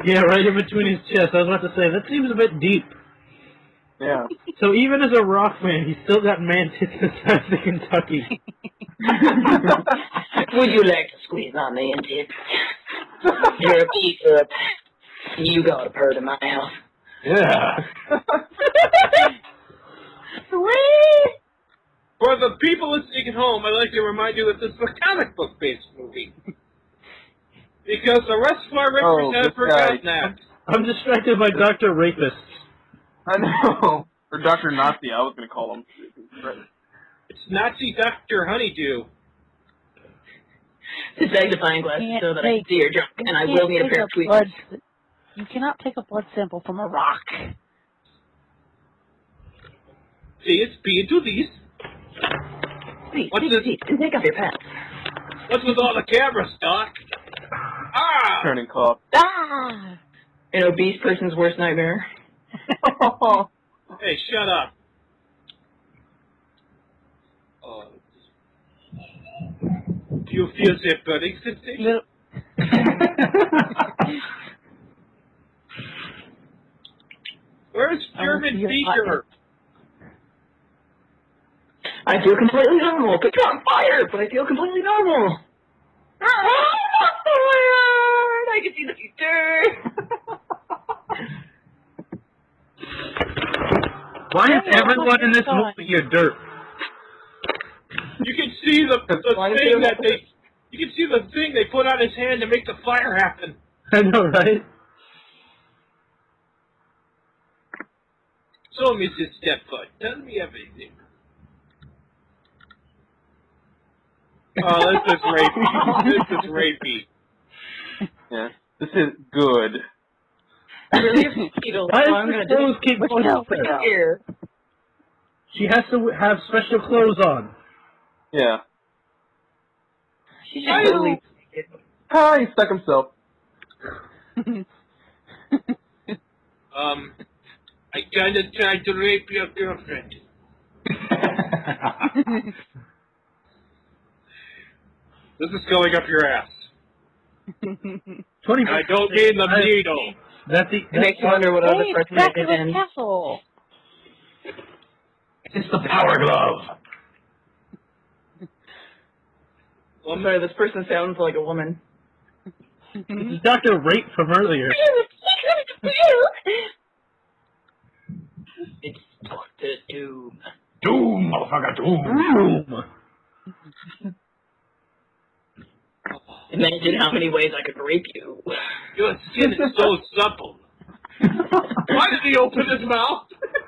Yeah, right in between his chest. I was about to say, that seems a bit deep. Yeah. So even as a rock man, he's still got man tits the size of Kentucky. Would you like to squeeze on me and dip? You're a piece of. You got a purr to my house. Yeah. For the people listening at home, I'd like to remind you that this is a comic book based movie. Because the rest of our Oh, records this have forgotten that. I'm distracted by Dr. Rapist. I know. Or Dr. Nazi, I was gonna call him. It's Nazi Dr. Honeydew. It's magnifying glasses Can't so that I can take- see your junk, You and I can't will need a take pair of tweezers. blood, You cannot take a blood sample from a rock. Please be into these. Please, What's take this? a seat and take off your pants. What's with all the cameras, Doc? Ah! Turning cough. Ah! An obese person's worst nightmare. Hey, shut up. Oh. Do you feel the burning sensation? Little, Where's I will German feel Beaker? I feel completely normal. Put you on fire, but I feel completely normal. I can see the future. Why is Yeah, everyone in this God. movie a dirt? You can see the, Why the does thing it- that they. You can see the thing they put on his hand to make the fire happen. I know, right? So, Mrs. Stepfoot, tell me everything. Oh, this is rapey. this is rapey. Yeah. This is good. really have mosquitoes, Why so does I'm the gonna clothes just keep going out, up there? out. here. She has to w- have special clothes on. Yeah. She I should totally. Hi, he stuck himself. Um, I kinda tried to rape your girlfriend. This is going up your ass. 20 And I don't mean the I- needle. That's the, It makes you wonder what other hey, it's person back did in in. the castle. it's the power glove. I'm sorry, this person sounds like a woman. that's Dr. Rape from earlier. It's Doctor Doom. Doom, motherfucker, doom. Boom. Imagine how many ways I could rape you. Your skin is so supple. Why did he open his mouth?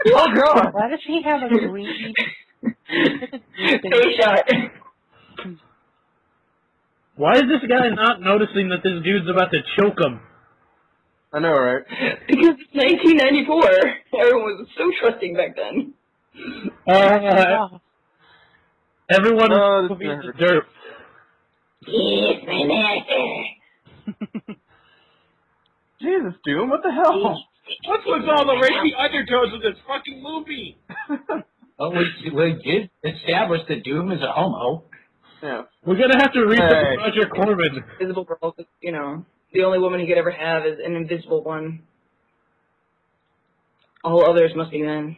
Oh god! Why does he have a green? Face shot. Why is this guy not noticing that this dude's about to choke him? I know, right? Because it's 1994. Everyone was so trusting back then. Uh, everyone No, in this this movie is hurt. a derp. Yes, my master. Jesus, Doom, what the hell? What's with all the rapey undertones of this fucking movie? Oh, we, we did establish that Doom is a homo. Yeah. We're gonna have to read Hey. Roger Corman. Invisible girl, you know, the only woman he could ever have is an invisible one. All others must be men.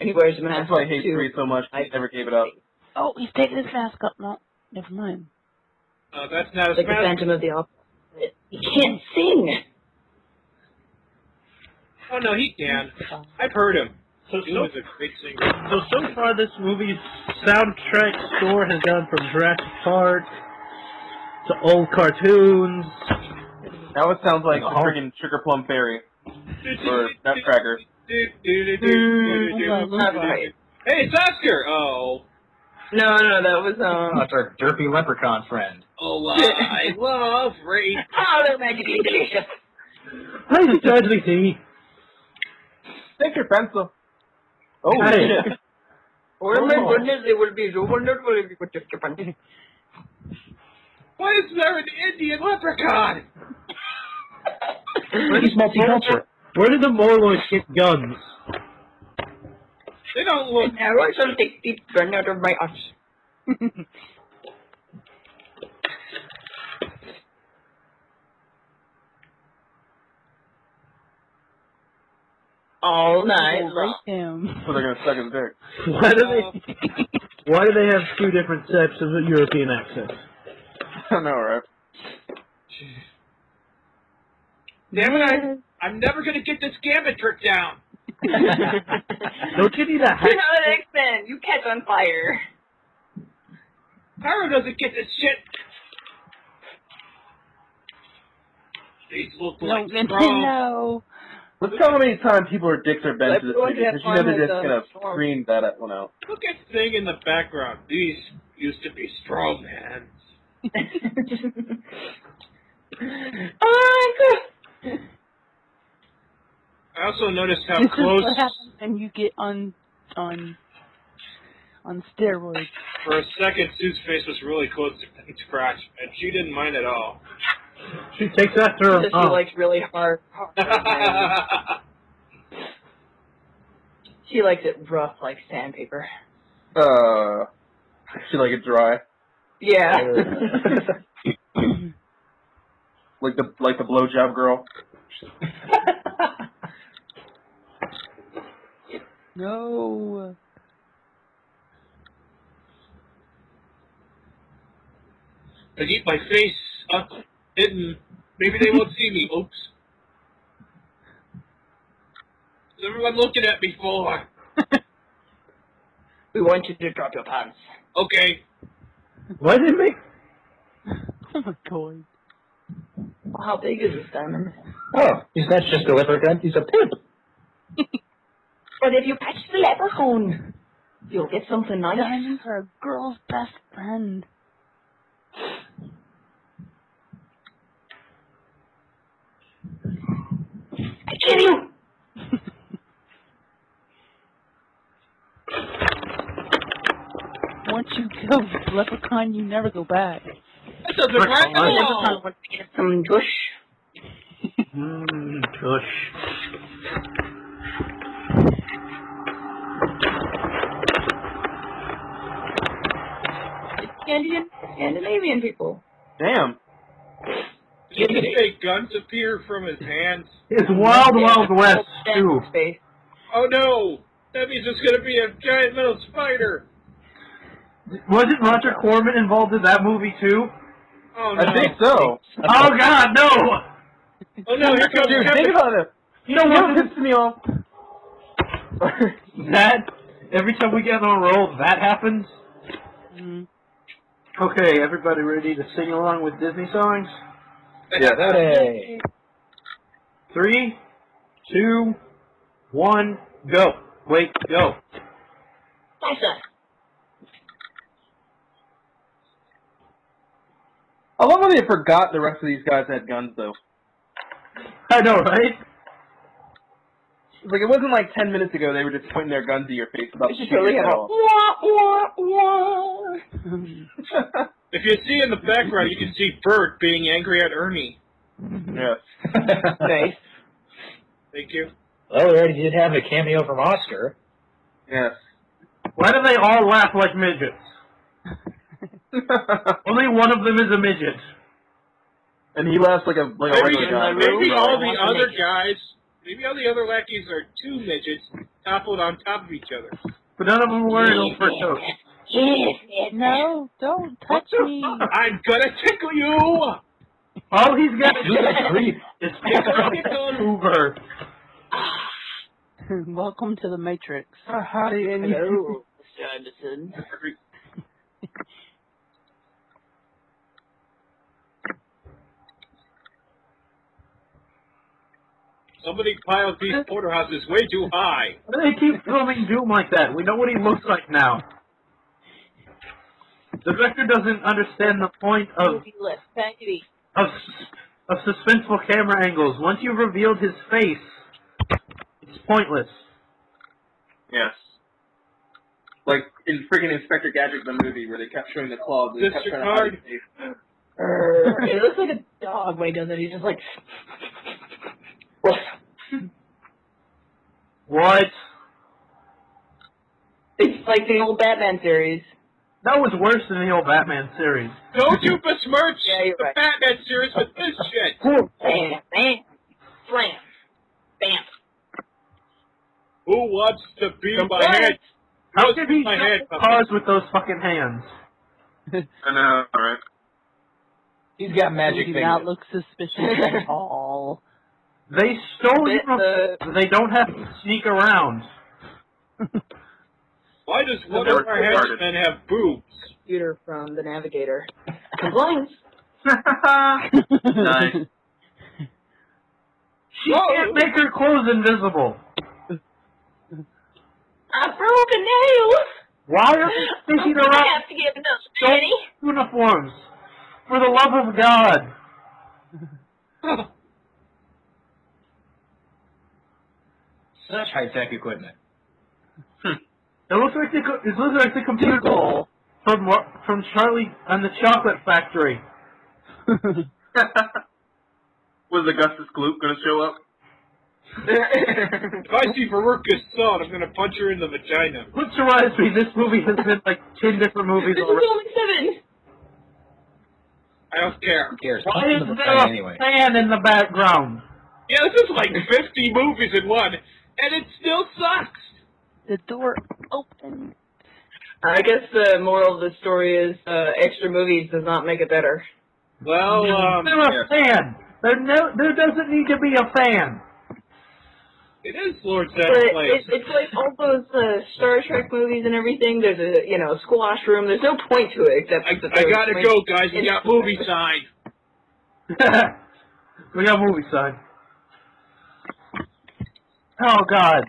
And he wears a mask. That's why I hate too. Creed so much. I never gave it up. Oh, he's taking his mask up. No, never mind. Uh, that's not a Like the smash. Phantom of the Opera. He can't sing. Oh no, he can. I've heard him. So, He so was a great singer. So so far, this movie's soundtrack score has gone from Jurassic Park to old cartoons. Now it sounds like a Uh-huh. friggin' Sugar Plum Fairy or Nutcracker. right. Hey, it's Oscar. Oh, No, no, that was um. That's our derpy leprechaun friend. Oh, uh, I love rape. Oh, they're magically delicious. Hi, Dudley D. Take your pencil. Oh, Hey. Oh my goodness, they will be so wonderful if you could just keep on. Why is there an Indian leprechaun? He's multicultural. Where did the Morlocks get guns? they don't look. An arrow shall take the gun out of my arse. All night long. Rape him. So they're gonna suck his dick. Why do they? Why do they have two different types of European accents? I know, right? Damn it! I, Yes. I'm never gonna get this gambit trick down. Don't you need a You hack? have an accent. You catch on fire. Pyro doesn't get this shit. These look like No, straws. Nintendo. Let's tell how many times people are dicks are bent to this Everyone movie had because you know fun they're with just the gonna storm. scream that at one out. Look at the thing in the background. These used to be strong hands. I also noticed how This close is what happens when you get on on on steroids. for a second Sue's face was really close to Peggy's crotch, and she didn't mind at all. She takes after her Just she mom. likes really hard. hard she likes it rough like sandpaper. Uh, she like it dry. uh, Yeah. like the like the blowjob girl. No. I keep my face up, hidden. Maybe they won't see me. Oops. What's everyone looking at me for? we want you to drop your pants. Okay. Why did they make? Oh my god. How big is this diamond? Oh, he's not just a leprechaun, he's a pimp. But if you catch the leprechaun, you'll get something nice. Diamonds are a girl's best friend. I kill you. Once you go with leprechaun, you never go back. That doesn't work at all. Some douche. Mm, tush. Scandinavian, Scandinavian people. Damn. Did you say guns appear from his hands? It's Wild Wild West too. Space. Oh no! That means it's gonna be a giant little spider! Wasn't Roger Corman involved in that movie too? Oh no! I think so. Oh God, no! oh no, here comes Dude, Kevin! think about it. You know What what? pissed me off? That every time we get on a roll, that happens. Mm. Okay, everybody ready to sing along with Disney songs? Yeah, that a. Three, two, one, go. Wait, go. I love how they forgot the rest of these guys had guns though. I know, right? Like it wasn't like ten minutes ago they were just pointing their guns at your face about It's just really shooting had at a all. wah, wah, wah. If you see in the background, you can see Bert being angry at Ernie. Yeah. Nice. Thank you. Well, we already did have a cameo from Oscar. yes. Why do they all laugh like midgets? Only one of them is a midget. and he laughs like a like a uh, Maybe, regular guy. maybe all the other guys Maybe all the other lackeys are two midgets toppled on top of each other. But none of them were wearing them for a coat. No, don't touch me. I'm gonna tickle you! All he's got to do is breathe. It's Tickle, Uber. Welcome to the Matrix. Howdy, and Hello, Mr. Anderson. Somebody piled these porterhouses way too high. Why do they keep filming Doom like that? We know what he looks like now. The director doesn't understand the point of Movie list. Oh. Thank you. of sus- of suspenseful camera angles. Once you've revealed his face, it's pointless. Yes. Like in freaking Inspector Gadget the movie where they kept showing the claws and they kept Mr. trying to hide Card. his face. Err, Er, it looks like a dog when he does it. He's just like, What? it's like the old Batman series. That was worse than the old Batman series. Don't you besmirch Yeah, you're the right. Batman series with this shit! Bam, bam, slam, bam. Who wants to be my head? How Who could wants to be he my head jump cars with those fucking hands? I know, right? He's got You magic do fingers. not look suspicious at all. They stole you Bit from. the- They don't have to sneak around. Why does one They of were our retarded. henchmen have boobs? computer from the Navigator. Compliance. Nice. She can't make her clothes invisible. I broke a nail. Why are they I'm sneaking gonna around have to get another Don't- penny. uniforms? For the love of God! Such high tech equipment. It looks like the co- it looks like the computer from Wa- from Charlie and the Chocolate Factory. Was Augustus Gloop gonna show up? If I see Veruca's son, I'm gonna punch her in the vagina. Which reminds me, this movie has been like ten different movies This is already. only seven. I don't care. Who cares? Punch Why him is in the there vagina a anyway. fan in the background? Yeah, this is like 50 movies in one, and it still sucks! The door opened. I guess the moral of the story is uh, extra movies does not make it better. Well, um, They're a fan. There no, there doesn't need to be a fan. it is Lord But Zed's it, place. it's like all those uh, Star Trek movies and everything. There's a you know squash room. There's no point to it except I, that I there's gotta point- go, guys. We got movie sign. we got movie sign. Oh God!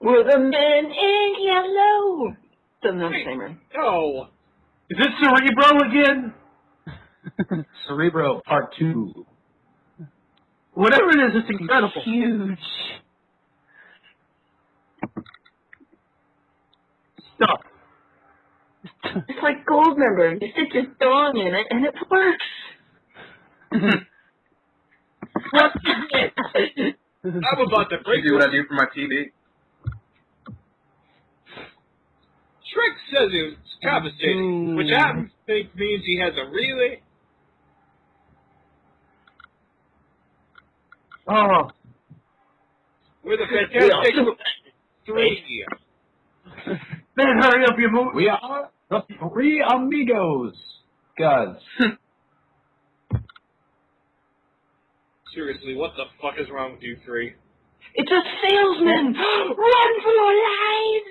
We're the men in yellow. Doesn't have the same room. No. Is it Cerebro again? Cerebro Part 2. Whatever it is, it's incredible. Huge. Stuff. It's like gold member. You stick your dong in it and it works. I'm about to I break do what I do for my TV. Shrek says he was compensating, which I think means he has a really. Oh, We're the Fantastic Three. man, hurry up! Your movie. We are the three amigos. Guys. Seriously, what the fuck is wrong with you three? It's a salesman. Run for your lives.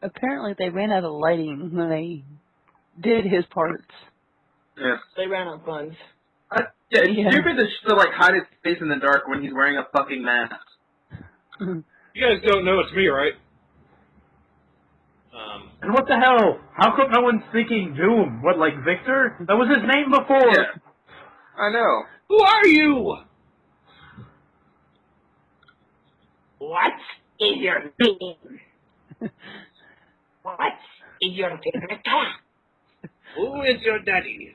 Apparently, they ran out of lighting when they did his parts. Yes. They ran out of funds. I, yeah, it's Yeah. stupid to, to like hide his face in the dark when he's wearing a fucking mask. You guys don't know it's me, right? Um, And what the hell? How come no one's thinking Doom? What, like Victor? That was his name before. Yeah. I know. who are you? What is your name? what is your favorite toy? Who is your daddy?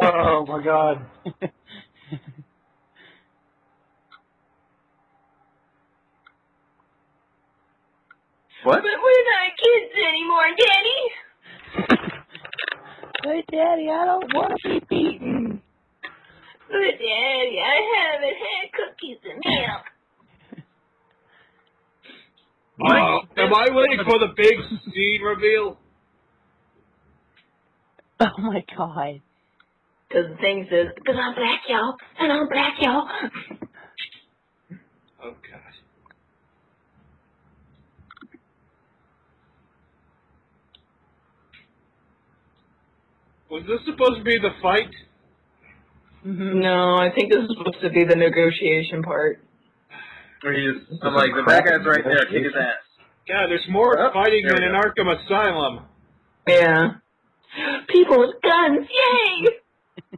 Oh my God. What? But we're not kids anymore, Daddy. hey, Daddy, I don't want to be beaten. But Daddy, I haven't had cookies and milk. Oh, am I waiting for the big scene reveal? Oh my god. Because the thing says, because I'm black, y'all, and I'm black, y'all. Oh god. Was this supposed to be the fight? Mm-hmm. No, I think this is supposed to be the negotiation part. Where he just, I'm like, the bad guy's right there. Kick his ass. God, there's more fighting than in Arkham Asylum. Yeah. People with guns, yay!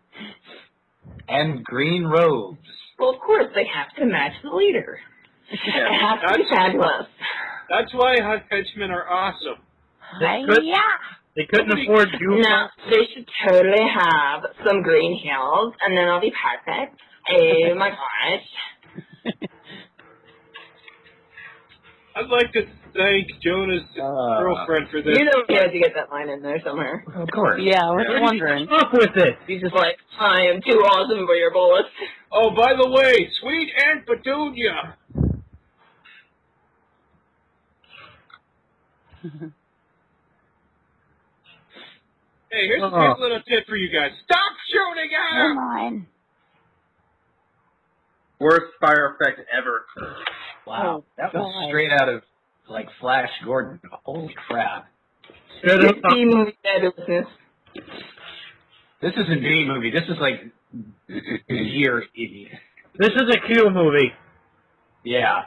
And green robes. Well, of course, they have to match the leader. It has to be That's- fabulous. That's why hun- henchmen are awesome. They could- yeah. They couldn't afford you. No, they should totally have some green heels, and then I'll be perfect. Oh my gosh. I'd like to thank Jonah's Uh, girlfriend for this. You know we had to get that line in there somewhere. of course. Yeah, I was wondering. Up with it. He's just like, I am too awesome for your bullets. Oh, by the way, sweet Aunt Petunia. hey, here's a quick little tip for you guys. Stop shooting at Come him! on. Worst fire effect ever. Wow, that was God. straight out of like Flash Gordon. Holy crap! Shut up. B movie fabulousness. This isn't B movie. This is like year idiot. This is a Q movie. Yeah.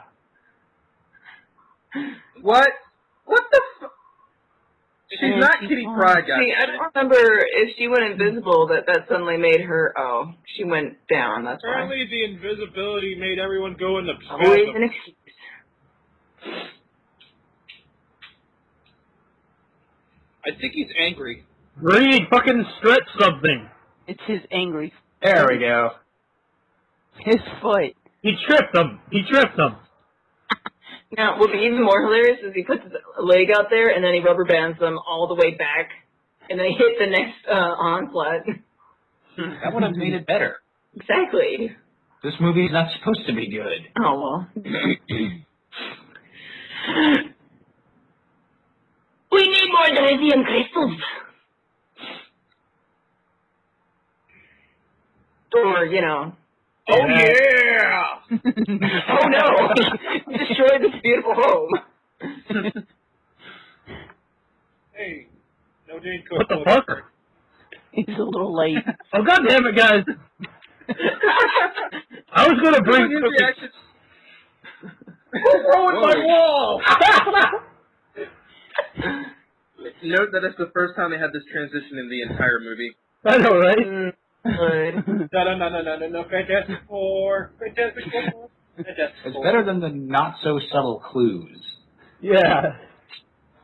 What? What the? F- She's Yeah, not she's Kitty fine. Pryde, guys. See, I don't remember if she went invisible that that suddenly made her, oh, she went down, that's why. Apparently, the invisibility made everyone go in the Always pool. an excuse. I think he's angry. Read fucking stretch something. It's his angry There we go. his foot. He tripped him. He tripped him. Now, what would be even more hilarious is he puts his leg out there and then he rubber bands them all the way back and then he hit the next uh, onslaught. That would have made it better. exactly. This movie's not supposed to be good. Oh, well. we need more dilithium crystals. Or, you know, Oh, yeah! oh no, destroyed this beautiful home. Hey, no Dane Cook. What the fuck? He's a little late. Oh god damn it, guys! I was gonna bring His cookies. reaction. ruined my wall? Note that it's the first time they had this transition in the entire movie. I know, right? Mm, No, no, no, no, no, no, no. Fantastic Four. Fantastic Four. Fantastic It's Four. better than the not so subtle clues. Yeah.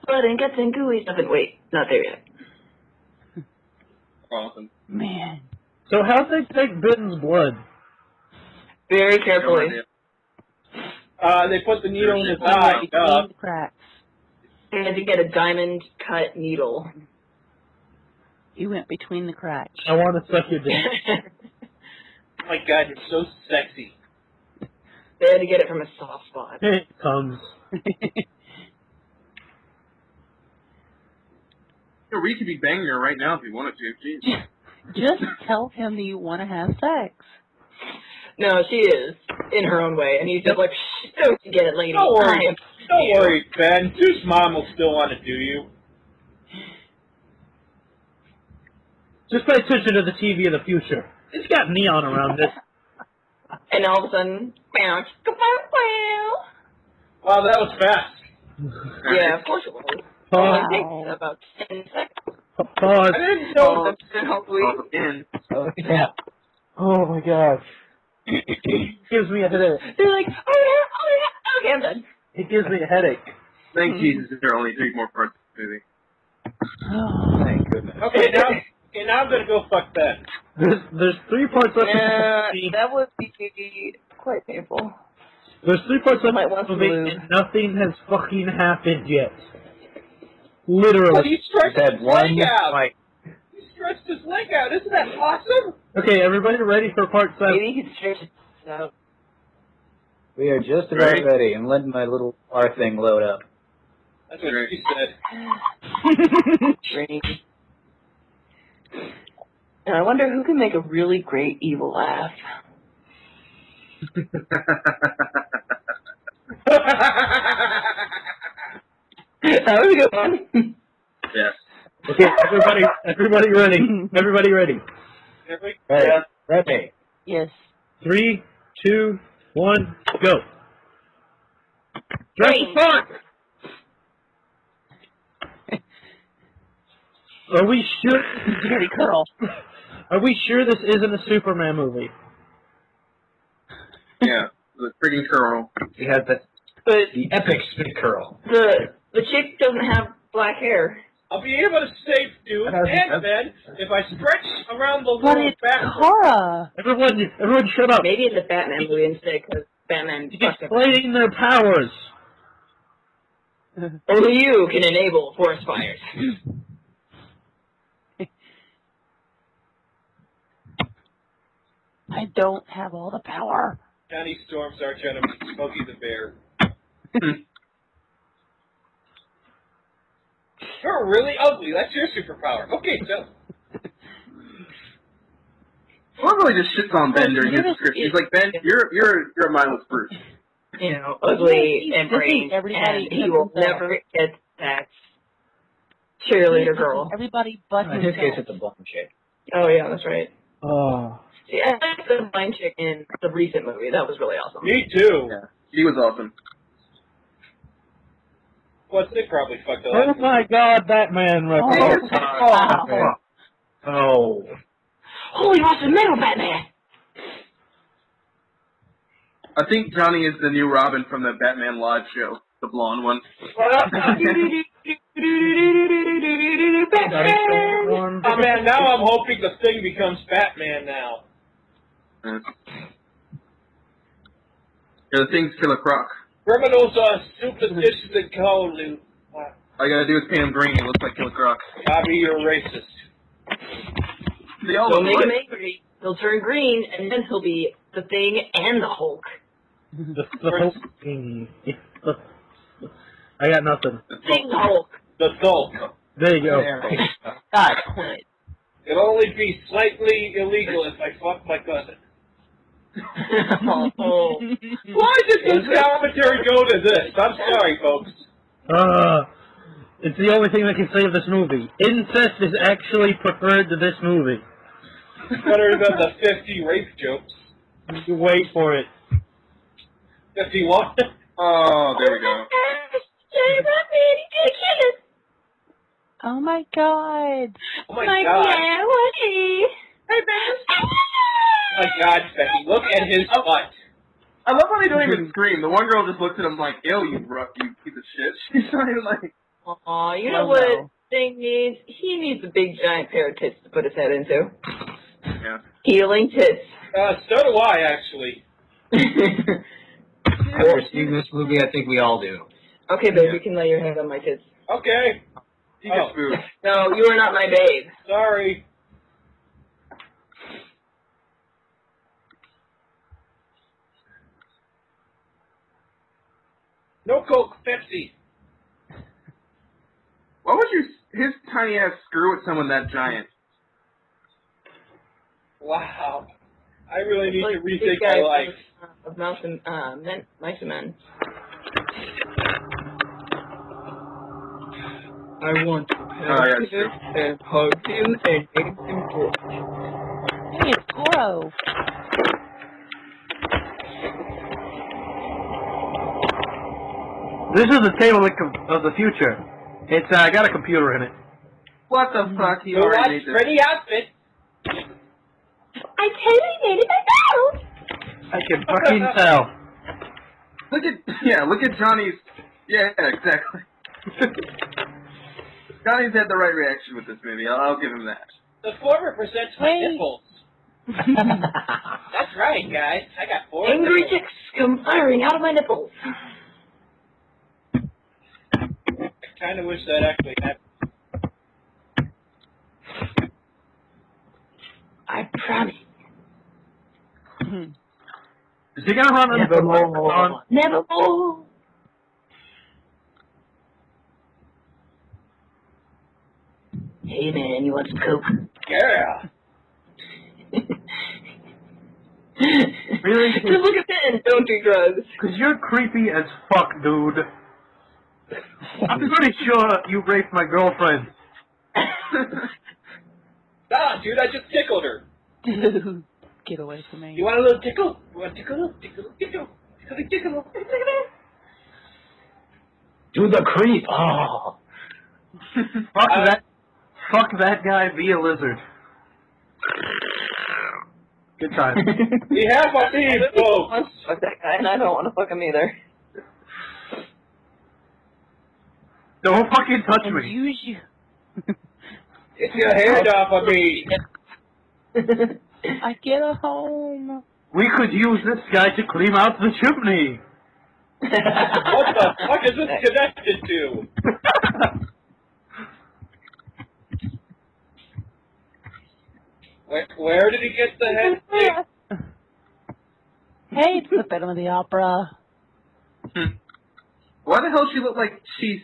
But in guts and gooey doesn't wait, not there yet. Awesome. Man. So how'd they take Ben's blood? Very carefully. Uh, they put the needle in his eye. Uh, Between cracks. They had to get a diamond cut needle. He went between the cracks. I want to suck your dick. oh my god, it's so sexy. They had to get it from a soft spot. Here it comes. Yeah, we could be banging her right now if you wanted to. Jeez. Just tell him that you want to have sex. No, she is in her own way, and he's just like, "Shh, "Don't get it, lady." Don't worry. I am- Don't worry, Ben. Zeus' mom will still want to do you. Just pay attention to the TV of the future. It's got neon around this. And all of a sudden, bounce, kapow, wow. Wow, that was fast. Yeah, of course it was. Pause. It only takes about ten seconds. Pause. I didn't know. Oh, hopefully, Again. Oh yeah. Oh my gosh. gives me a headache. they're like, "Oh yeah, oh yeah, okay, I'm done." It gives me a headache. Thank Mm-hmm. Jesus there are only three more parts of the movie. Thank goodness. Okay, now, okay, now I'm gonna go fuck Ben. There's, there's three parts left. of Yeah, the movie. that would be quite painful. There's three parts left. might of want the to movie, lose. and nothing has fucking happened yet. Literally. But he's trying Just had one out. fight. He's stretched his leg out. Isn't that awesome? Okay, everybody ready for part seven? Maybe he can stretch it out. We are just about Right. ready. I'm letting my little bar thing load up. That's what she said. Dream. And I wonder who can make a really great evil laugh. that was a good one. yes. Okay, everybody, everybody ready. Everybody ready. Every- Ready? Ready? Yes. Three, two, one, go. Dress the Green. fuck. Are we sure? Dirty curl. Are we sure this isn't a Superman movie? Yeah. The freaking curl. She has the, But the epic spin curl. the the chick doesn't have black hair. I'll be able to save dude That hasn't- and then if I stretch around the But world it's backwards. Kara. Everyone, everyone, shut up! Maybe it's a Batman movie instead because Batman fucked up. Explaining their powers. Only you can enable forest fires. I don't have all the power. Johnny Storm's arch enemy, Smokey the Bear. Hmm. You're really ugly. That's your superpower. Okay, so Well, really just shits on Ben during his You're just- script. He's like, Ben, you're you're you're a mindless brute. You know, ugly He's and dissing brave, everybody and he will except himself. never get that cheerleader girl. Everybody but In his case, himself. it's a blonde chick. Oh yeah, that's right. Oh. See, I like the blind chick in the recent movie. That was really awesome. Me too. He was awesome. what's it probably fucked up? Oh my God, Batman Oh, reference. Uh, wow. Oh. Holy awesome metal Batman! I think Johnny is the new Robin from the Batman Lodge show, the blonde one. Batman! Oh man, now I'm hoping the thing becomes Batman now. Yeah. Yeah, the thing's Killer Croc. Criminals are superstitious and cold. and- All you gotta do is paint him green. He looks like Killer Croc. Bobby, you're racist. They all Don't look make him like angry. He'll turn green, and then he'll be the Thing and the Hulk. The, the whole thing. I got nothing. Thing Hulk. The Thulk. There you go. There. God, quit. It'll only be slightly illegal if I fuck my cousin. oh. Why did this commentary go to this? I'm sorry, folks. Uh, it's the only thing that can save this movie. Incest is actually preferred to this movie. Better than the 50 rape jokes. You wait for it. 51. Oh, there we go. Oh my God. Oh my god. Oh my god, Becky. Look at his butt. I love how they don't even scream. The one girl just looks at him like, "Ew, you rough, you piece of shit." She's not even like, Aw, you know what Thing needs? He needs a big giant pair of tits to put his head into. Yeah. Healing tits. Uh, so do I, actually. After seeing this movie, I think we all do. okay, babe, you can lay your hand on my tits. Okay. "He gets Oh. food." No, you are not my babe. Sorry. No Coke, Pepsi. Why would you? His tiny ass screw at someone that giant. Wow. I really need to Like, these rethink guys my life. from, uh, Of Mouse and uh, Men, Mice and Men. I want to Oh, yeah, it's true. and hug him and make him drunk. Hey, it's Koro. This is the table of com- of the future. It's uh, got a computer in it. What the fuck? He So watch already made this. Pretty Outfit. I totally made it myself. I can fucking tell. Look at yeah, look at Johnny's. Yeah, exactly. Johnny's had the right reaction with this movie. I'll, I'll give him that. The four represents my Wait. nipples. That's right, guys. I got four. Angry nipples. chicks come firing out of my nipples. I kind of wish that actually happened. from it. Is he gonna run into the on? Nevermore. Hey man, you want some coke? Yeah. Really? Just look at that and don't do drugs. Because you're creepy as fuck, dude. I'm pretty sure you raped my girlfriend. Nah, dude, I just tickled her. Get away from me. You want a little tickle? You want a tickle? Tickle, tickle, tickle, tickle, tickle. Do the creep. Oh. Fuck that. Fuck that guy. Be a lizard. Good time. We have a team, folks. want to fuck that guy, and I don't want to fuck him either. don't fucking touch And me. use you. Get your hand off of me. I get a home. We could use this guy to clean out the chimney. What the fuck is this connected to? Where, where did he get the head stick? Hey, it's the Phantom of the Opera. Why the hell she look like she's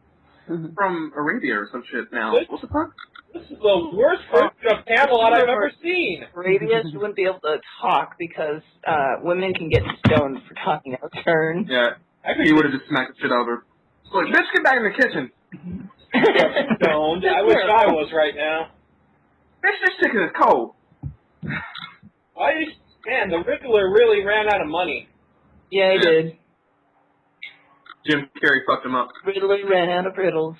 from Arabia or some shit now? What the fuck? This is the worst version of Camelot I've ever seen. Arabia, she wouldn't be able to talk because uh, women can get stoned for talking out of turn. Yeah, I think you would have just smacked the shit out of her. It's like, bitch, get back in the kitchen. Stoned. I wish I was right now. Bitch, this chicken is cold. Why is man? The Riddler really ran out of money. yeah, he did. Jim Carrey fucked him up. Riddler ran out of riddles.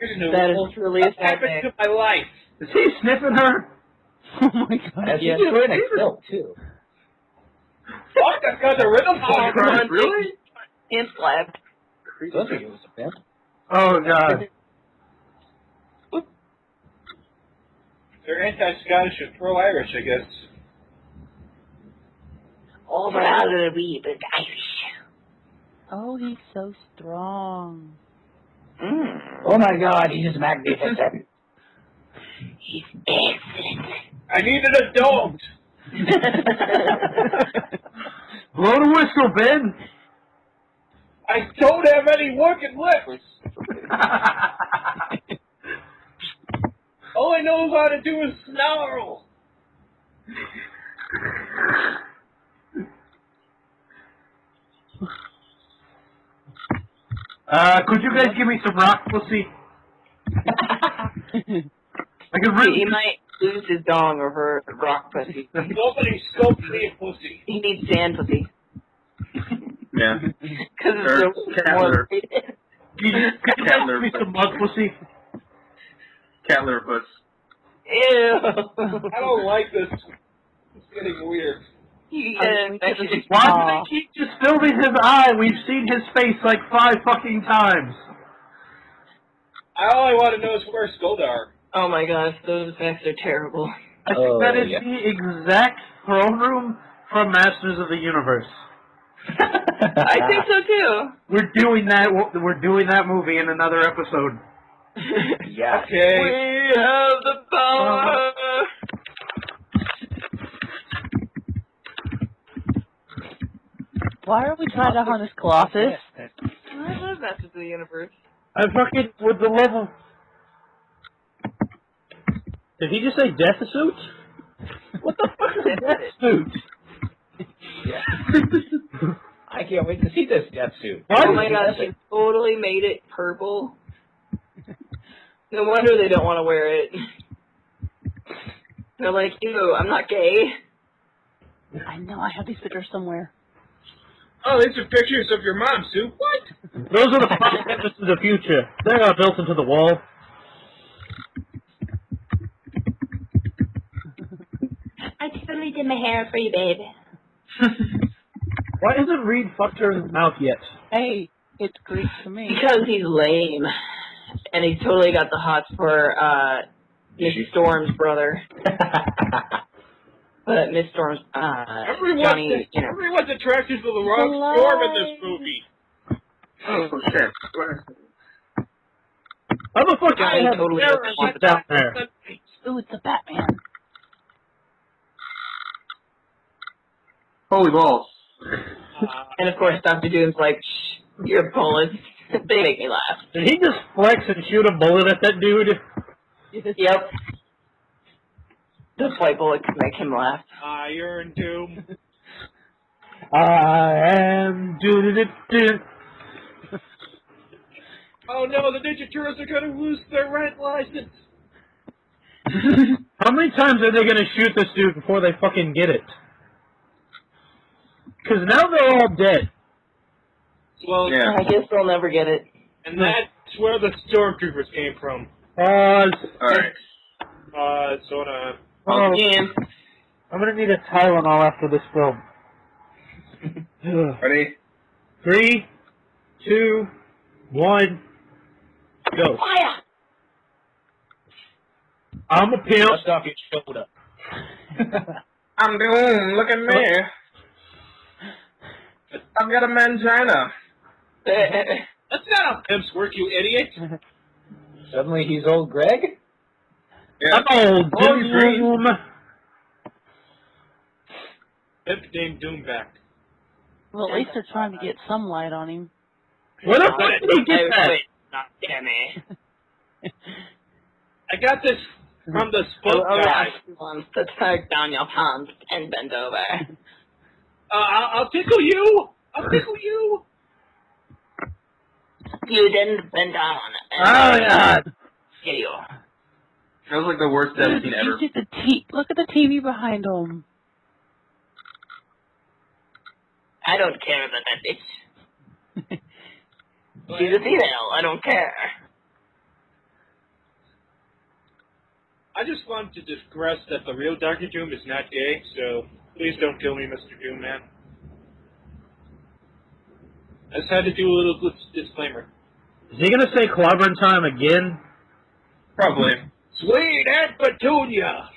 Here's new That one. is really a what sad happened thing. to my life? Is he sniffing her? Oh my god. And she's doing a kill, too. Fuck, I've got the riddle Oh, fucker. come on, really? Imp left. Don't think it was a man. Oh god. They're anti-Scottish and pro-Irish, I guess. All out of the wee bit Irish. Oh, he's so strong. Mm. Oh my god, he's magnificent. He's excellent. I need an adult. Blow the whistle, Ben. I don't have any working lips. All I know how to do is snarl. Uh, could you guys give me some rock pussy? I could He really. might lose his dong over rock pussy. Nobody scopes me a pussy. He needs sand pussy. Yeah. Because Or it's cat litter. the Could you could you guys give me some mud pussy? Cat litter puss. Ew. I don't like this. It's getting weird. Oh, He I is think it's actually- just- Why Aw. do they keep just filming his eye? We've seen his face like five fucking times. All I want to know is where Skodar. Oh my gosh, those effects are terrible. I think Oh, that is yeah. the exact throne room from Masters of the Universe. I think so too. We're doing that. We're doing that movie in another episode. Yeah. Okay. Uh-huh. We have the power. Why are we trying to harness Colossus? I love Masters of the Universe. I fucking with the level. Did he just say death suit? What the fuck is a death suit? yeah. I can't wait to see this death suit. Oh my gosh, they totally made it purple. No wonder they don't want to wear it. They're like, ew, I'm not gay. I know, I have these pictures somewhere. Oh, these are pictures of your mom, Sue. What? Those are the fucking deficits of the future. They're not built into the wall. I totally did my hair for you, babe. Why isn't Reed fucked her in the mouth yet? Hey, it's Greek to me. Because he's lame. And he's totally got the hots for uh, Miss Storm's brother. But Miss Storm's, uh, Everyone's, Johnny, you know. everyone's attracted to the wrong Hello. storm in this movie. Oh shit. Where- How the fuck do Johnny they have totally terrorists doesn't want down there? Ooh, it's a Batman. Holy balls. And of course, Dr. Doom's like, Shh, your bullets, they make me laugh. Did he just flex and shoot a bullet at that dude? Yep. The white bullets make him laugh. Ah, you're in doom. I am doo-doo-doo-doo. Oh no, the Ninja Turtles are gonna lose their rent license. How many times are they going to shoot this dude before they fucking get it? Because now they're all dead. Well, I guess they'll never get it. and that's where the stormtroopers came from. Pause. Alright. Uh, so on Oh, Again. I'm going to need a Tylenol after this film. Ugh. Ready? Three, two, one, go. Fire! I'm a pimp. Dust off your shoulder. I'm doing. um, Look at me. I've got a mangina. That's not how pimps work, you idiot. Suddenly he's old Greg? Yeah. I'm old. Oh, you agree. Doom. Pimp named Doomback. Well, at least they're trying to get some light on him. Where the fuck Oh, did he get that? not damn it. I got this from the Oh, spoke guy. wants to tug down your pants and bend over. Uh, I'll, I'll tickle you. I'll tickle you. You didn't bend down. Oh, God. Get you. That was like the worst death Dude, scene you ever. did the t- look at the TV behind him. I don't care about that bitch. She's a female. I don't care. I just want to digress that the real Doctor Doom is not gay, so please don't kill me, Mr. Doom, man. I just had to do a little dis- disclaimer. Is he going to say clobbering time again? Probably. Sweet Aunt Petunia!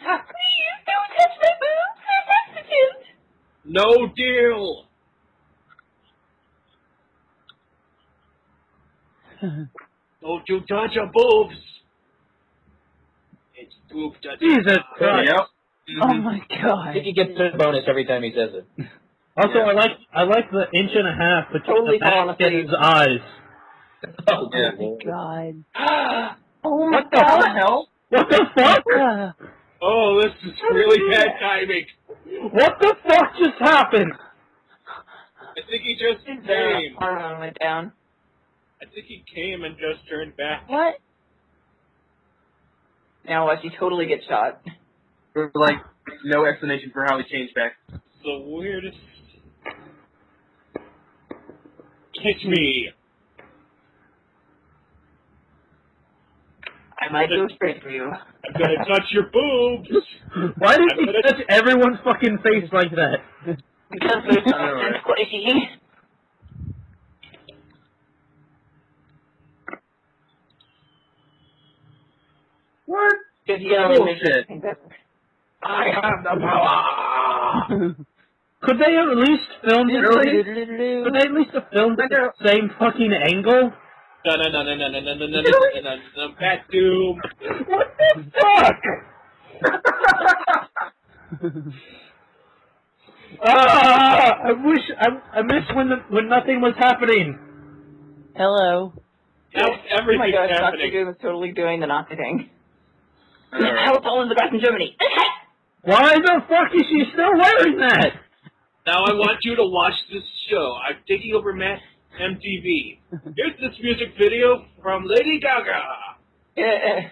Please don't touch my boobs. I'm prostitute. No deal! Don't you touch her boobs! It's boob touching. Jesus Christ. Um, Yep. Mm-hmm. Oh Mhm. my I god. think he gets a bonus every time he says it. Also, Yeah. I like I like the inch and a half between Totally the back honestly. and his eyes. Oh, Yeah. Oh my god. Oh my What the god. hell? What the fuck? Yeah. Oh, this is really bad timing. What the fuck just happened? I think he just came. Hormone went down. I think he came and just turned back. What? Now watch, you totally get shot. There was like no explanation for how he changed back. It's the weirdest. Kiss me. I might do a straight for you. I'm gonna touch your boobs. Why did he touch everyone's fucking face like that? Because there's All something right. squishy. What? Because you can only make Bullshit. things up. I have the power. Could they at least film this? Really? Could they at least have filmed it at the same fucking angle? No, no, no, no, no, no, no, no, no, no, no, no, Bat Doom. What the fuck? Ah! I wish I, I miss when the, when nothing was happening. Hello. Now Oh my everything's gosh, Dr. happening. Doom is totally doing the Nazi thing. All right. How tall is the back in Germany? Why the fuck is she still wearing that? Now I want you to watch this show. I'm taking over Matt MTV. Here's this music video from Lady Gaga. Yeah.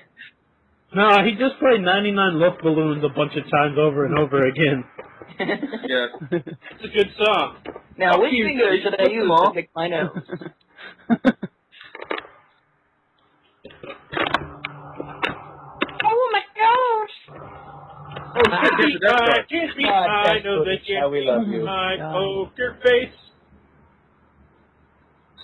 No, he just played 99 Love Balloons a bunch of times over and over again. Yeah. It's a good song. now, Fuck which you, finger dude. should I use to Mom. pick my nose? oh my gosh! Oh Kiss me, shit, there's a death I star. kiss me, God, I that's know good. that How we you love see you. my God. poker face.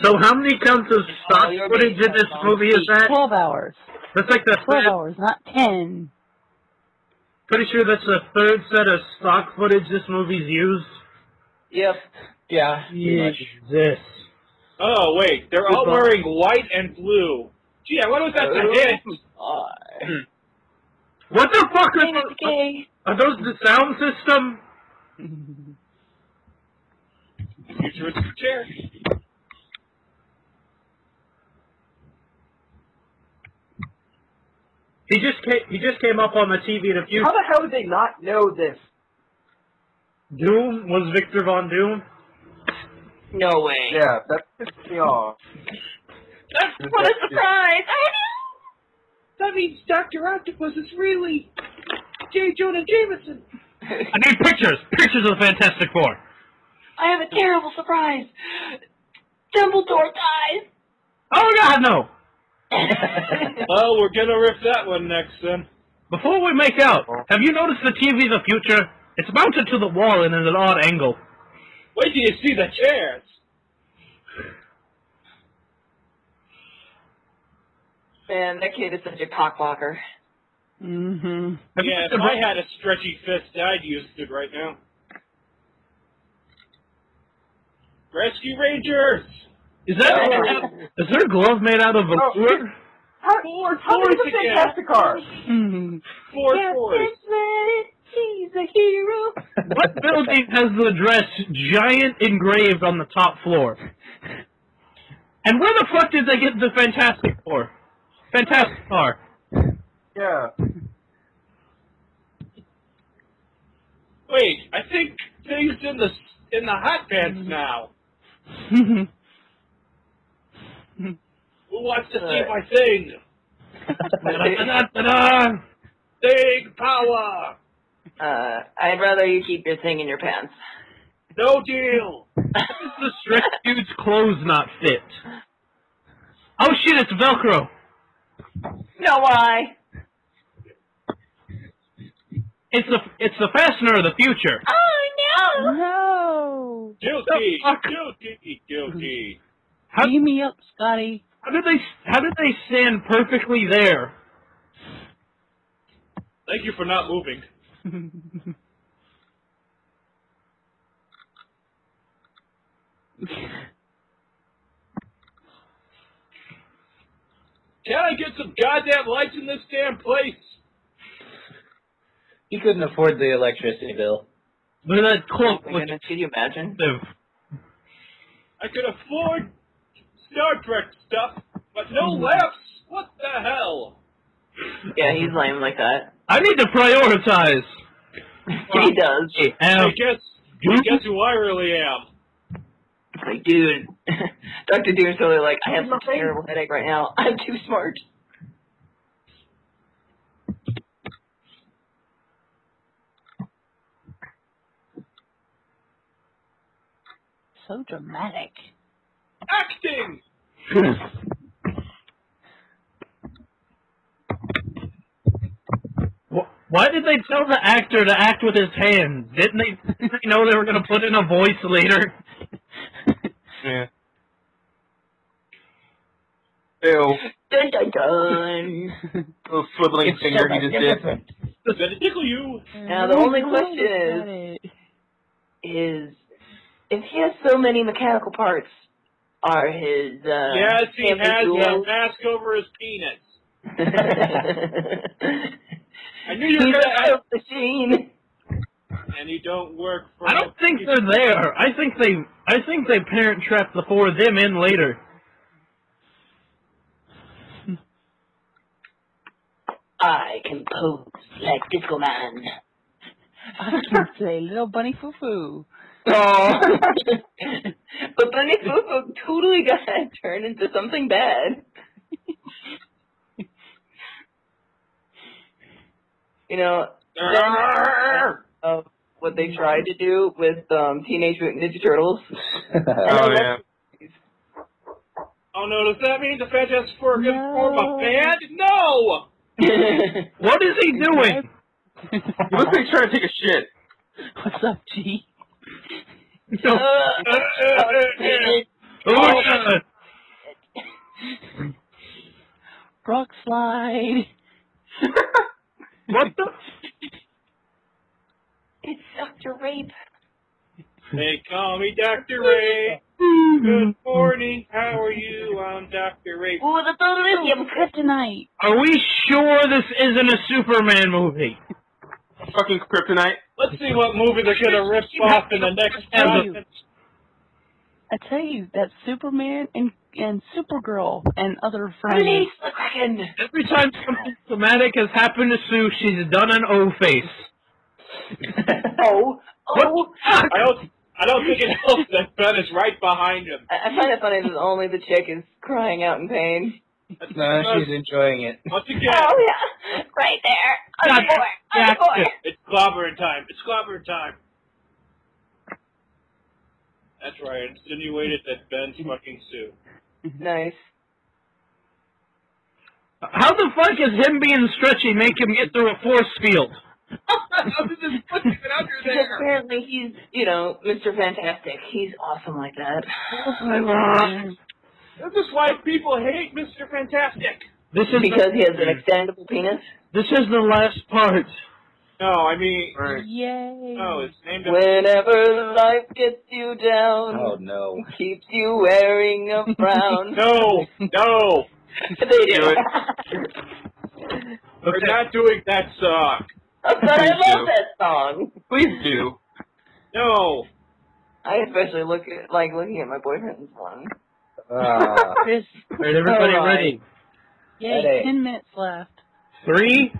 So how many counts of stock Oh, you're footage in being this so movie is that? 12 hours. That's like the 12 third, hours, not 10. pretty sure that's the third set of stock footage this movie's used. Yep. Yeah. pretty much. Jesus. Oh wait, they're all Goodbye. wearing white and blue. Gee, I wonder if that's a hit. Uh, What the fuck is Hey, it's gay. Are those the sound system? You sure it's your chair. He just came, he just came up on the TV in a few. How the hell did they not know this? Doom was Victor Von Doom. No way. Yeah, that pissed me off. What a surprise! That means Dr. Octopus is really J. Jonah Jameson. I need pictures. Pictures of the Fantastic Four. I have a terrible surprise. Dumbledore dies. Oh God, no! Well, we're gonna rip that one next then. Before we make out, have you noticed the TV of the future? It's mounted to the wall and at an odd angle. Wait till you see the chairs. Man, that kid is such a cockwalker. Mm-hmm. Have Yeah, if you, I had a stretchy fist, I'd use it right now. Rescue Rangers! is that is there a glove made out of velour? How, how did the toys again. Fantastic Car? Mm-hmm. Four fours. He's a hero. what building has the address giant engraved on the top floor? And where the fuck did they get the Fantastic Four? Fantastic Four. Yeah. Wait, I think things in the in the hot pants now. Who wants to see my thing? Da-da-da-da-da. Big power. Uh, I'd rather you keep your thing in your pants. No deal. the stretch dude's clothes not fit. Oh shit, it's Velcro. No, why? It's the it's the fastener of the future. Oh no! No. Guilty. The fuck? Guilty. Guilty. How- Beam me up, Scotty. How did they how did they stand perfectly there? Thank you for not moving. Can I get some goddamn lights in this damn place? He couldn't afford the electricity bill. Look at that Oh cloak my was goodness, could you imagine? expensive. I could afford Star Trek stuff, but no lamps. What the hell? Yeah, he's lame like that. I need to prioritize. he does. I Um, guess. Goofy? Guess who I really am? It's like, dude, Doctor Doom's totally like, I have some terrible headache right now. I'm too smart. So dramatic. Acting. wh- why did they tell the actor to act with his hands? Didn't they, didn't they know they were going to put in a voice later? Yeah. Ew. Dun dun dun. Little swiveling finger he just did. Does that tickle you? Now, the only question is, Is if he has so many mechanical parts, are his uh, yes, he family has a jewels- mask over his penis. I knew you were He's gonna a ask, machine. and you don't work for. I don't think they're there. I think they I think they parent trapped the four of them in later. I can pose like Disco Man. I can say little bunny foo foo. Oh. but Bunny Fufu totally got turned into something bad. you know, Arrgh. Oh, of what they tried to do with um, Teenage Mutant Ninja Turtles. Oh, yeah. Oh no! Does that mean the Fantastic Four are going to No. form a band? No. What is he doing? He looks like he's trying to take a shit. What's up, G? No. Uh, Uh, uh, uh, uh. Oh, God. Rock slide. What the? it's Dr. Rape. They call me Doctor Ray. Mm-hmm. Good morning. How are you? I'm Dr. Ray. Well, the thought of you kryptonite. Are we sure this isn't a Superman movie? Fucking kryptonite. Let's see what movie they're going to rip off in the next episode. I tell you, that Superman and and Supergirl and other friends. Release the Kraken! Every time something traumatic has happened to Sue, she's done an O face. Oh, oh. I don't, I don't think it helps that Ben is right behind him. I, I find it funny that only the chick is crying out in pain. No, she's enjoying it. Once again, Oh yeah, right there. I'm God, a boy. I'm a boy. it's clobbering time. It's clobbering time. That's right. Insinuated that Ben's fucking Sue. Nice. How the fuck is him being stretchy make him get through a force field? Because apparently he's, you know, Mr. Fantastic. He's awesome like that. This is why people hate Mr. Fantastic. This is because the, he has an extendable penis. this is the last part. No, I mean, Yay! Oh, no, it's named after Whenever life gets you down, Oh no. keeps you wearing a frown. No, no, they do. it. we're not doing that song. but I love that song. Please do. No, I especially look at like looking at my boyfriend's one. Ah. Chris, All right, everybody Alright. ready? yay, Ready. ten minutes left. Three,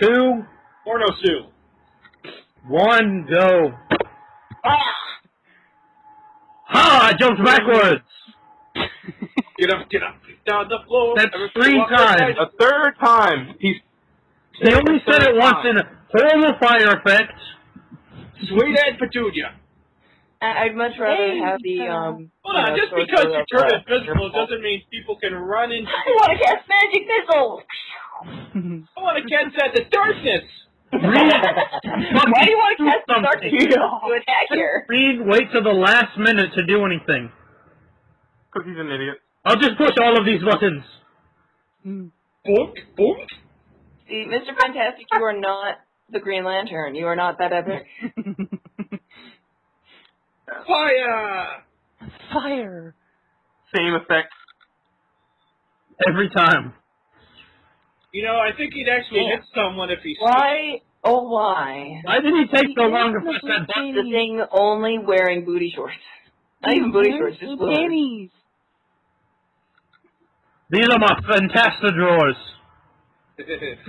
two, Porno Sue. one, go. Ah, Ha! I jumped backwards. Get up, get up, down the floor. That's Everybody three walk times. A third time. He's They only said it once in a horrible fire effect. outside. Sweet Aunt Petunia. I- I'd much rather Hey, have the uh, um. Hold you on, know, just sorcerer because you of, turn uh, invisible doesn't mean people can run into. I want to cast magic missile. I want to catch that the darkness. Why do you want to do cast the darkness something. missile to attack here? Reed, wait till the last minute to do anything. because he's an idiot. I'll just push all of these buttons. Boink, boink. See, Mr. Fantastic, you are not the Green Lantern. You are not that epic. Fire. Fire! Same effect. Every time. You know, I think he'd actually hit someone if he. Why? Oh, why? Why did he take so He long to is the push that button? blue The panties. thing only wearing booty shorts. Not even booty shorts, just Blue blue. panties. These are my fantastic drawers. She was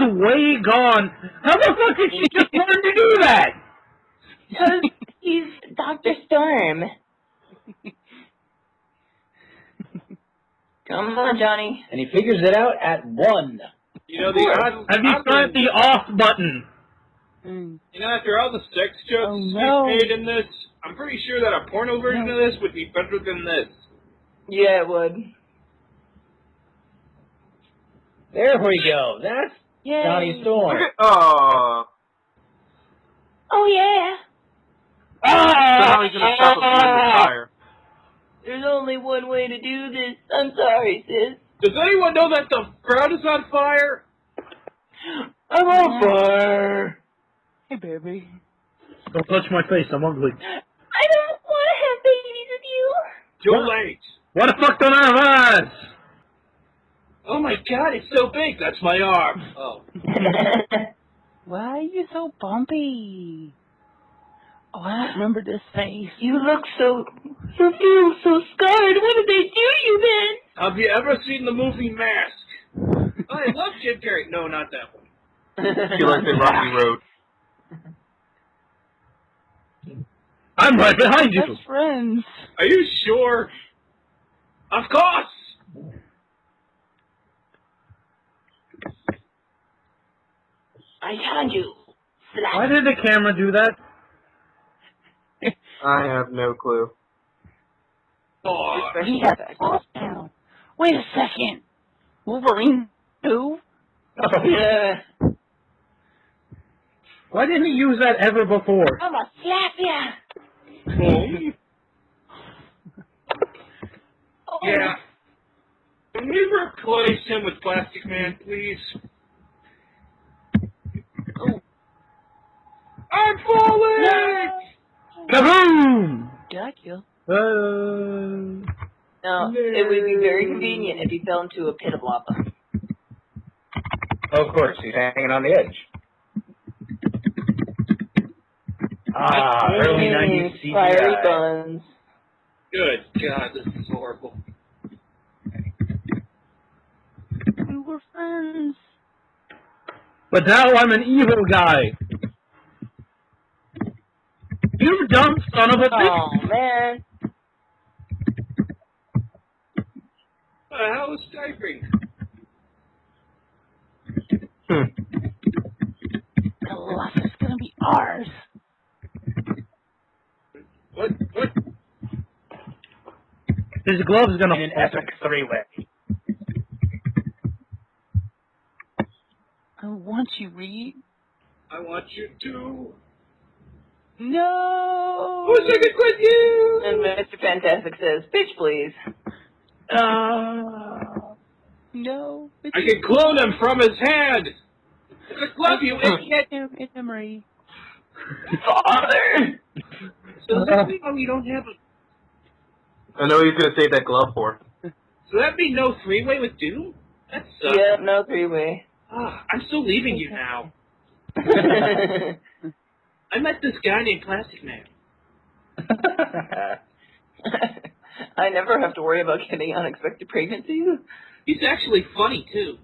way gone. How the fuck did she just learn to do that? Because he's Dr. Storm. Come on, Johnny. And he figures it out at one. you know, the odd, Have you odd tried the off button? Mm. You know, after all the sex jokes Oh, we've no. made in this, I'm pretty sure that a porno version of this would be better than this. Yeah, it would. There we go. That's Yay. Johnny Look Storm. at, oh. Oh, yeah. So how he's gonna stop us Ah! from the fire? There's only one way to do this. I'm sorry, sis. Does anyone know that the crowd is on fire? I'm on fire. Hey, baby. Don't touch my face, I'm ugly. I don't want to have babies with you. Too What? late. What the fuck don't I have eyes? Oh my god, it's so big. That's my arm. Oh. Why are you so bumpy? Oh, I don't remember this face. You look so. You feel so scarred. What did they do to you then? Have you ever seen the movie Mask? I love Jim Carrey. No, not that one. She likes it rocky road. I'm right behind you. Best friends. Are you sure? Of course! I found you. Why did the camera do that? I have no clue. Oh, He has off down. Wait a second. Wolverine who? Yeah. Why didn't he use that ever before? I'm a slap ya. Oh. yeah. Can we replace him with Plastic Man, please? I'm falling! Kaboom! Dracula. Uh, No, it would be very convenient if he fell into a pit of lava. Oh, Of course, he's hanging on the edge. Ah, early Mm, 90s Fiery CGI. buns. Good God, this is horrible. We were friends. But now I'm an evil guy. You dumb son of a bitch! Oh man. Uh, how is Skyping? The love is gonna be ours. What? What? His glove's gonna an epic three-way. I want you, Reed. I want you to. No. Who's second quit you? And Mr. Fantastic says, "Bitch, please." Uh, no. I can clone him from his hand. I love you, idiot. him in memory. Father. So that means we don't have a. I know he's gonna save that glove for. So that means no three-way with Doom. That sucks. Yep, no three way. Ah, I'm still leaving you now. I I met this guy named Plastic Man. never have to worry about getting unexpected pregnancies. He's actually funny too.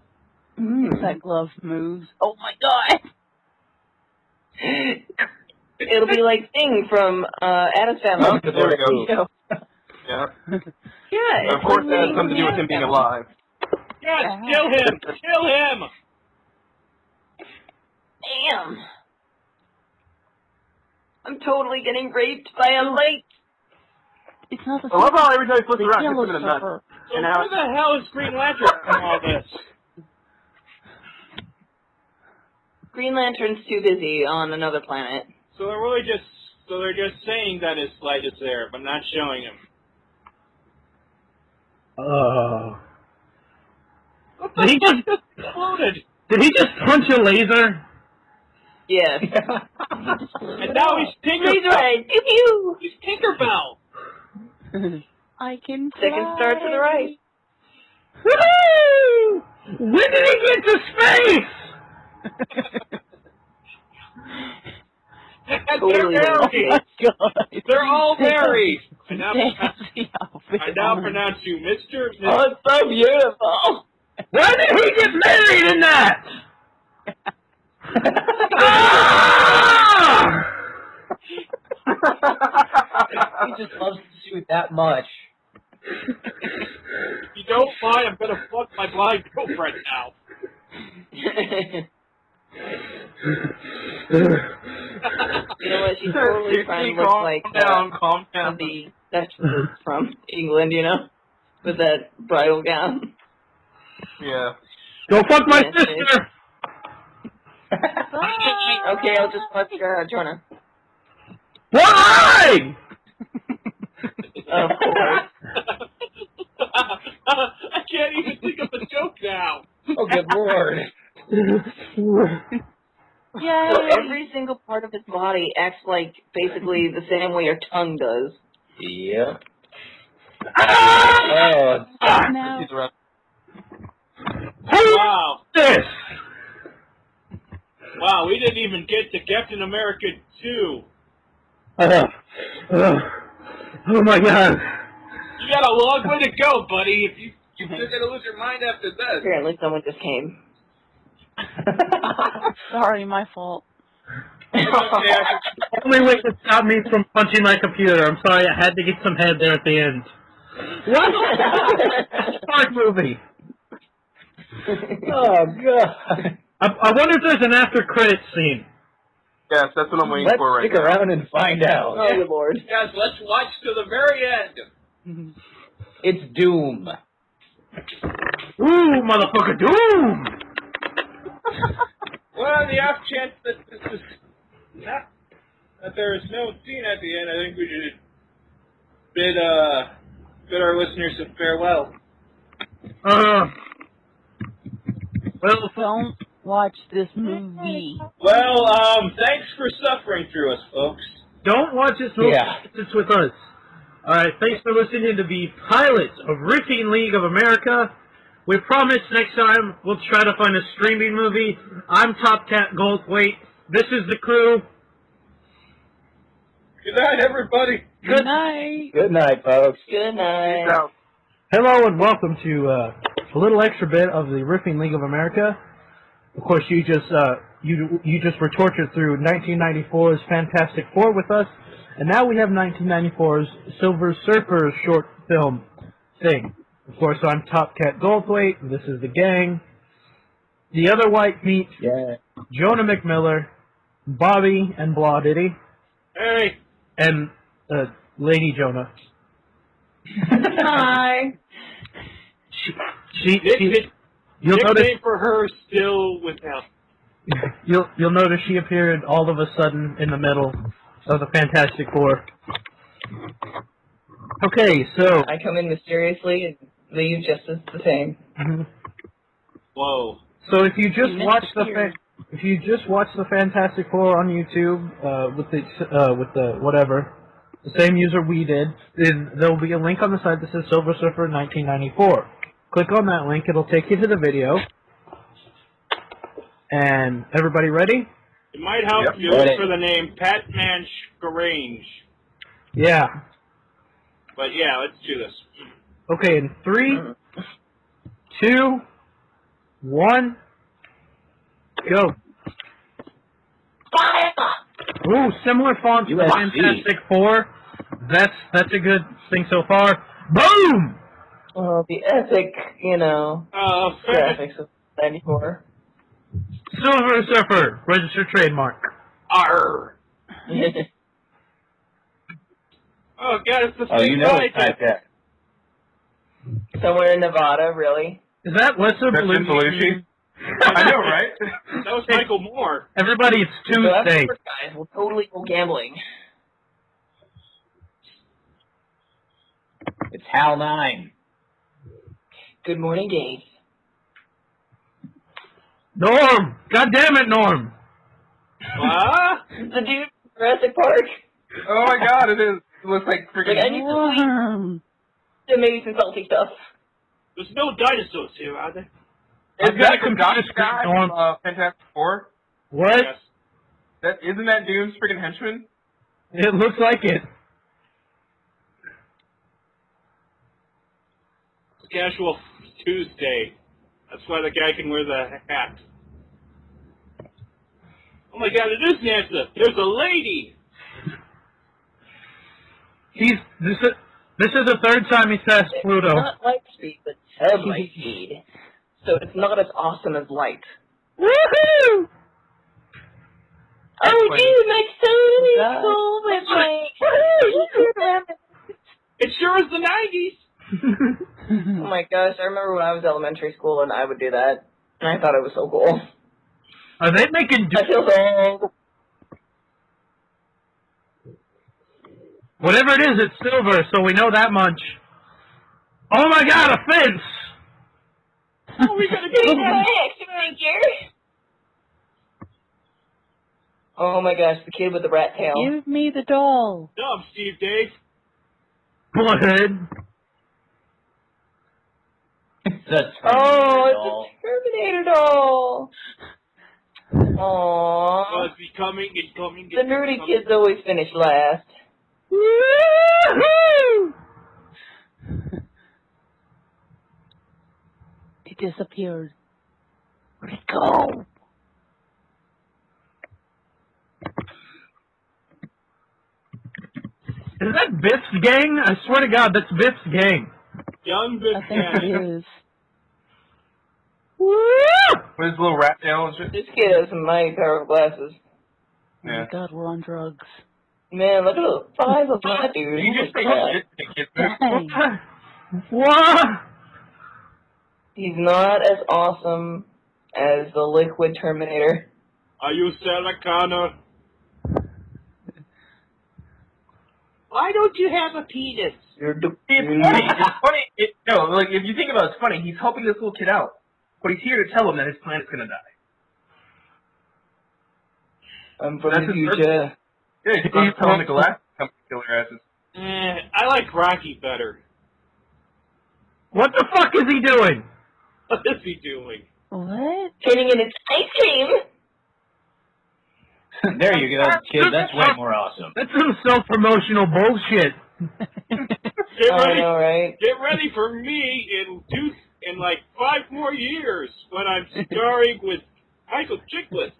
That glove moves. Oh my god. It'll be like Thing from uh, Adam's Family. Oh, there we go. Yeah, Yeah. it's Of course, like that has Thing something to do from with him being Adam's alive. Yes, kill him! Kill him! Family. Damn. I'm totally getting raped by a light. It's not the I love how every time he flips around, he's yellow flipping a nut. suffer. So And where now, the hell is Green Lantern from all this? Green Lantern's too busy on another planet. So they're really just so they're just saying that his light is there, but not showing him. uh, What Did he the just fuck just exploded? did he just punch a laser? Yes. Oh, And now he's Laser Tinkerbell. eye. Pew pew. He's Tinkerbell. I can fly. Second star to the right. Woohoo! When did he get to space? And Totally they're married. God. They're all married. I now, pronounce- I now I pronounce you Mr. Oh, Mr. it's so beautiful. When did he get married in that? Ah! he just loves to shoot that much. If you don't mind, I'm gonna fuck my blind girlfriend now. you know what? She's totally trying to look like uh, calm the Duchess from England, you know, with that bridal gown. Yeah. Go fuck my Yes, it- sister! okay, I'll just watch uh, Jonah. Why? Of course. I can't even think of a joke now. Oh, good lord. So every single part of his body acts like basically the same way your tongue does. Yep. Ah! Oh, now. He's around. Who Wow. this? Wow, we didn't even get to Captain America 2. Uh, uh, oh my god. You got a long way to go, buddy. If you if you're gonna lose your mind after this. Apparently, someone just came. Sorry, my fault. Only way to stop me from punching my computer. I'm sorry, I had to get some head there at the end. What? Spark movie. oh god. I, I wonder if there's an after credit scene. Yes, that's what I'm waiting Let's for right stick now. around and find out. Oh, good lord. Guys, let's watch to the very end. It's Doom. Ooh, motherfucker, doom! Well, on the off chance that this is not that there is no scene at the end, I think we should bid uh bid our listeners a farewell. Uh, well, Don't watch this movie. Well, um, thanks for suffering through us, folks. don't watch this movie. Yeah. It's with us. All right, thanks for listening to the pilot of Riffing League of America. We promise next time we'll try to find a streaming movie. I'm Top Cat Goldthwait. This is the crew. Good night, everybody. Good night. Good night, folks. Good night. Hello and welcome to uh, a little extra bit of the Riffing League of America. Of course, you just uh, you you just were tortured through 1994's Fantastic Four with us, and now we have 1994's Silver Surfer short film thing. Of course, I'm Top Cat Goldthwait. and This is the gang. The other white meat, Yeah. Jonah McMiller, Bobby, and Blah Diddy, Hey. and uh, Lady Jonah. Hi. She, she you'll notice Nickname for her still without. You'll you'll notice she appeared all of a sudden in the middle of the Fantastic Four. Okay, so I come in mysteriously and leave just as the same. Whoa. so if you just Next watch the year. fa- if you just watch the Fantastic Four on YouTube uh, with the uh, with the whatever the same user we did, then there will be a link on the site that says Silver Surfer 1994. Click on that link; it'll take you to the video. And everybody ready? It might help Yep, you got look it. for the name Patman Strange. Yeah. But yeah, let's do this. Okay, in three, two, one, go. Ooh, similar font to the USB. Fantastic Four. That's that's a good thing so far. Boom! Well, the epic, you know, Uh, graphics of 94. Silver Surfer, registered trademark. Arr. Oh god, it's the Oh, you same know guy. it's Top Cat. Somewhere in Nevada, really. Is that Lester That's Jim Belushi? Belushi? I know, right? That was Michael Moore. Everybody, it's So after Tuesday. work, guys, we'll totally go gambling. It's Hal Nine. Good morning, Dave. Norm! God damn it, Norm! Huh? The dude from Jurassic Park. Oh my god, it is. It looks like Like, I freaking. need some sweet Worm. and maybe some salty stuff. There's no dinosaurs here, are there? Isn't got that a the computer Dodge screen guy on. from uh, Fantastic Four? What? Yes. That isn't that Doom's freaking henchman? It looks like it. It's casual Tuesday. That's why the guy can wear the hat. Oh my god, it is NASA. There's a lady. He's this is this is the third time he says It's Pluto. not light speed, but semi speed. So it's not as awesome as light. Woohoo! Oh, dude, my son is cool with my. It sure is the 90s. Oh my gosh, I remember when I was elementary school and I would do that. And I thought it was so cool. Are they making I do- feel so old. whatever it is? It's silver, so we know that much. Oh my God, a fence! Oh, we gotta get out. Oh my gosh, the kid with the rat tail. Give me the doll. Dumb, Steve Dave. Blood. That's Oh, it's a Terminator doll. Oh, Aww. it's becoming, it's coming. The nerdy kids always finish last. Woohoo! It disappeared. Where'd it go? Is that Biff's gang? I swear to God, that's Biff's gang. Young I think Buchanan. it is. Oh Woo! With his little rat tail and shit. This kid has some mighty powerful glasses. Oh Yeah. my god, we're on drugs. Man, look at the size of that dude. You Oh just my pretend God. it's the kid. Dang. What? He's not as awesome as the liquid Terminator. Are you Sarah Connor? Why don't you have a penis? You're the- It's funny. It's funny. It, no, like if you think about it, it's funny. He's helping this little kid out, but he's here to tell him that his planet's gonna die. I'm from That's the his future. Yeah, he's trying to tell him the Galactic company killer asses. Eh, I like Rocky better. What the fuck is he doing? What is he doing? What? Getting in his ice cream. there you go, kid. That's way more awesome. That's some self-promotional bullshit. Get I ready, know, right? get ready for me in two, in like five more years when I'm starring with Michael Chiklis.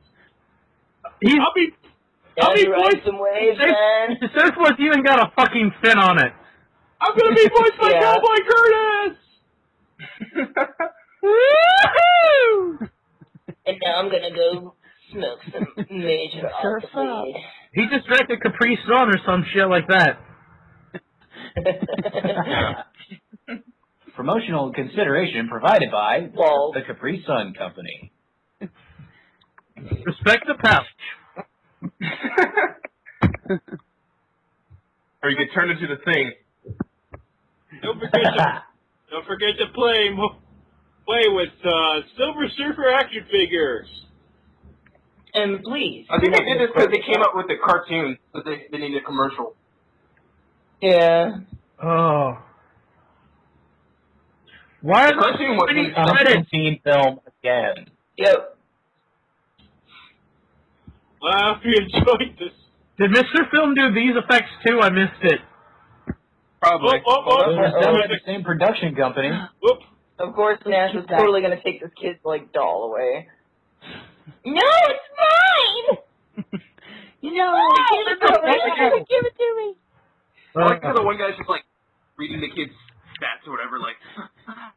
I'll be, I'll be Gotta ride voiced. some waves, Surf- man. Surfless even got a fucking fin on it. I'm gonna be voiced by Yeah. Cowboy Curtis. Woohoo! And now I'm gonna go smoke some major Surf up. weed. He just drank a Capri Sun or some shit like that. Promotional consideration provided by Well, the Capri Sun Company. Respect the past. or you could turn into the thing. Don't forget to, don't forget to play, mo- play with uh, Silver Surfer action figures. and please. I think they did this because they came up with the cartoon, but they, they needed a commercial. Yeah. Oh. Why are The there cartoon was so many Pumpkin credits? scene film again. Yep. Well, I hope you enjoyed this. Did Mr. Film do these effects too? I missed it. Oh, Probably. oh, It oh, was done by the oh, same production company. whoop. Of course, Nash was totally gonna take this kid's like doll away. No, it's mine. You know, Oh, give it that's to me. okay. Give it to me. I like how the one guy's just like reading the kid's stats or whatever, like,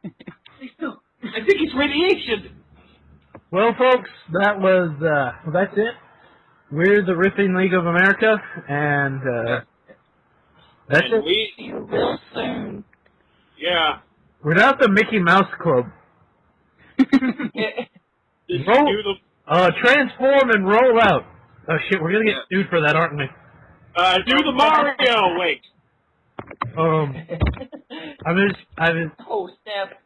I think it's radiation. Well, folks, that was uh, that's it. We're the Ripping League of America, and uh, that's and it. we, yeah, We're not the Mickey Mouse Club. this Roll. noodle. Uh, transform and roll out. Oh shit, we're gonna get sued for that, aren't we? Uh, do the Mario. Wait. Um, I was, I was, Oh snap!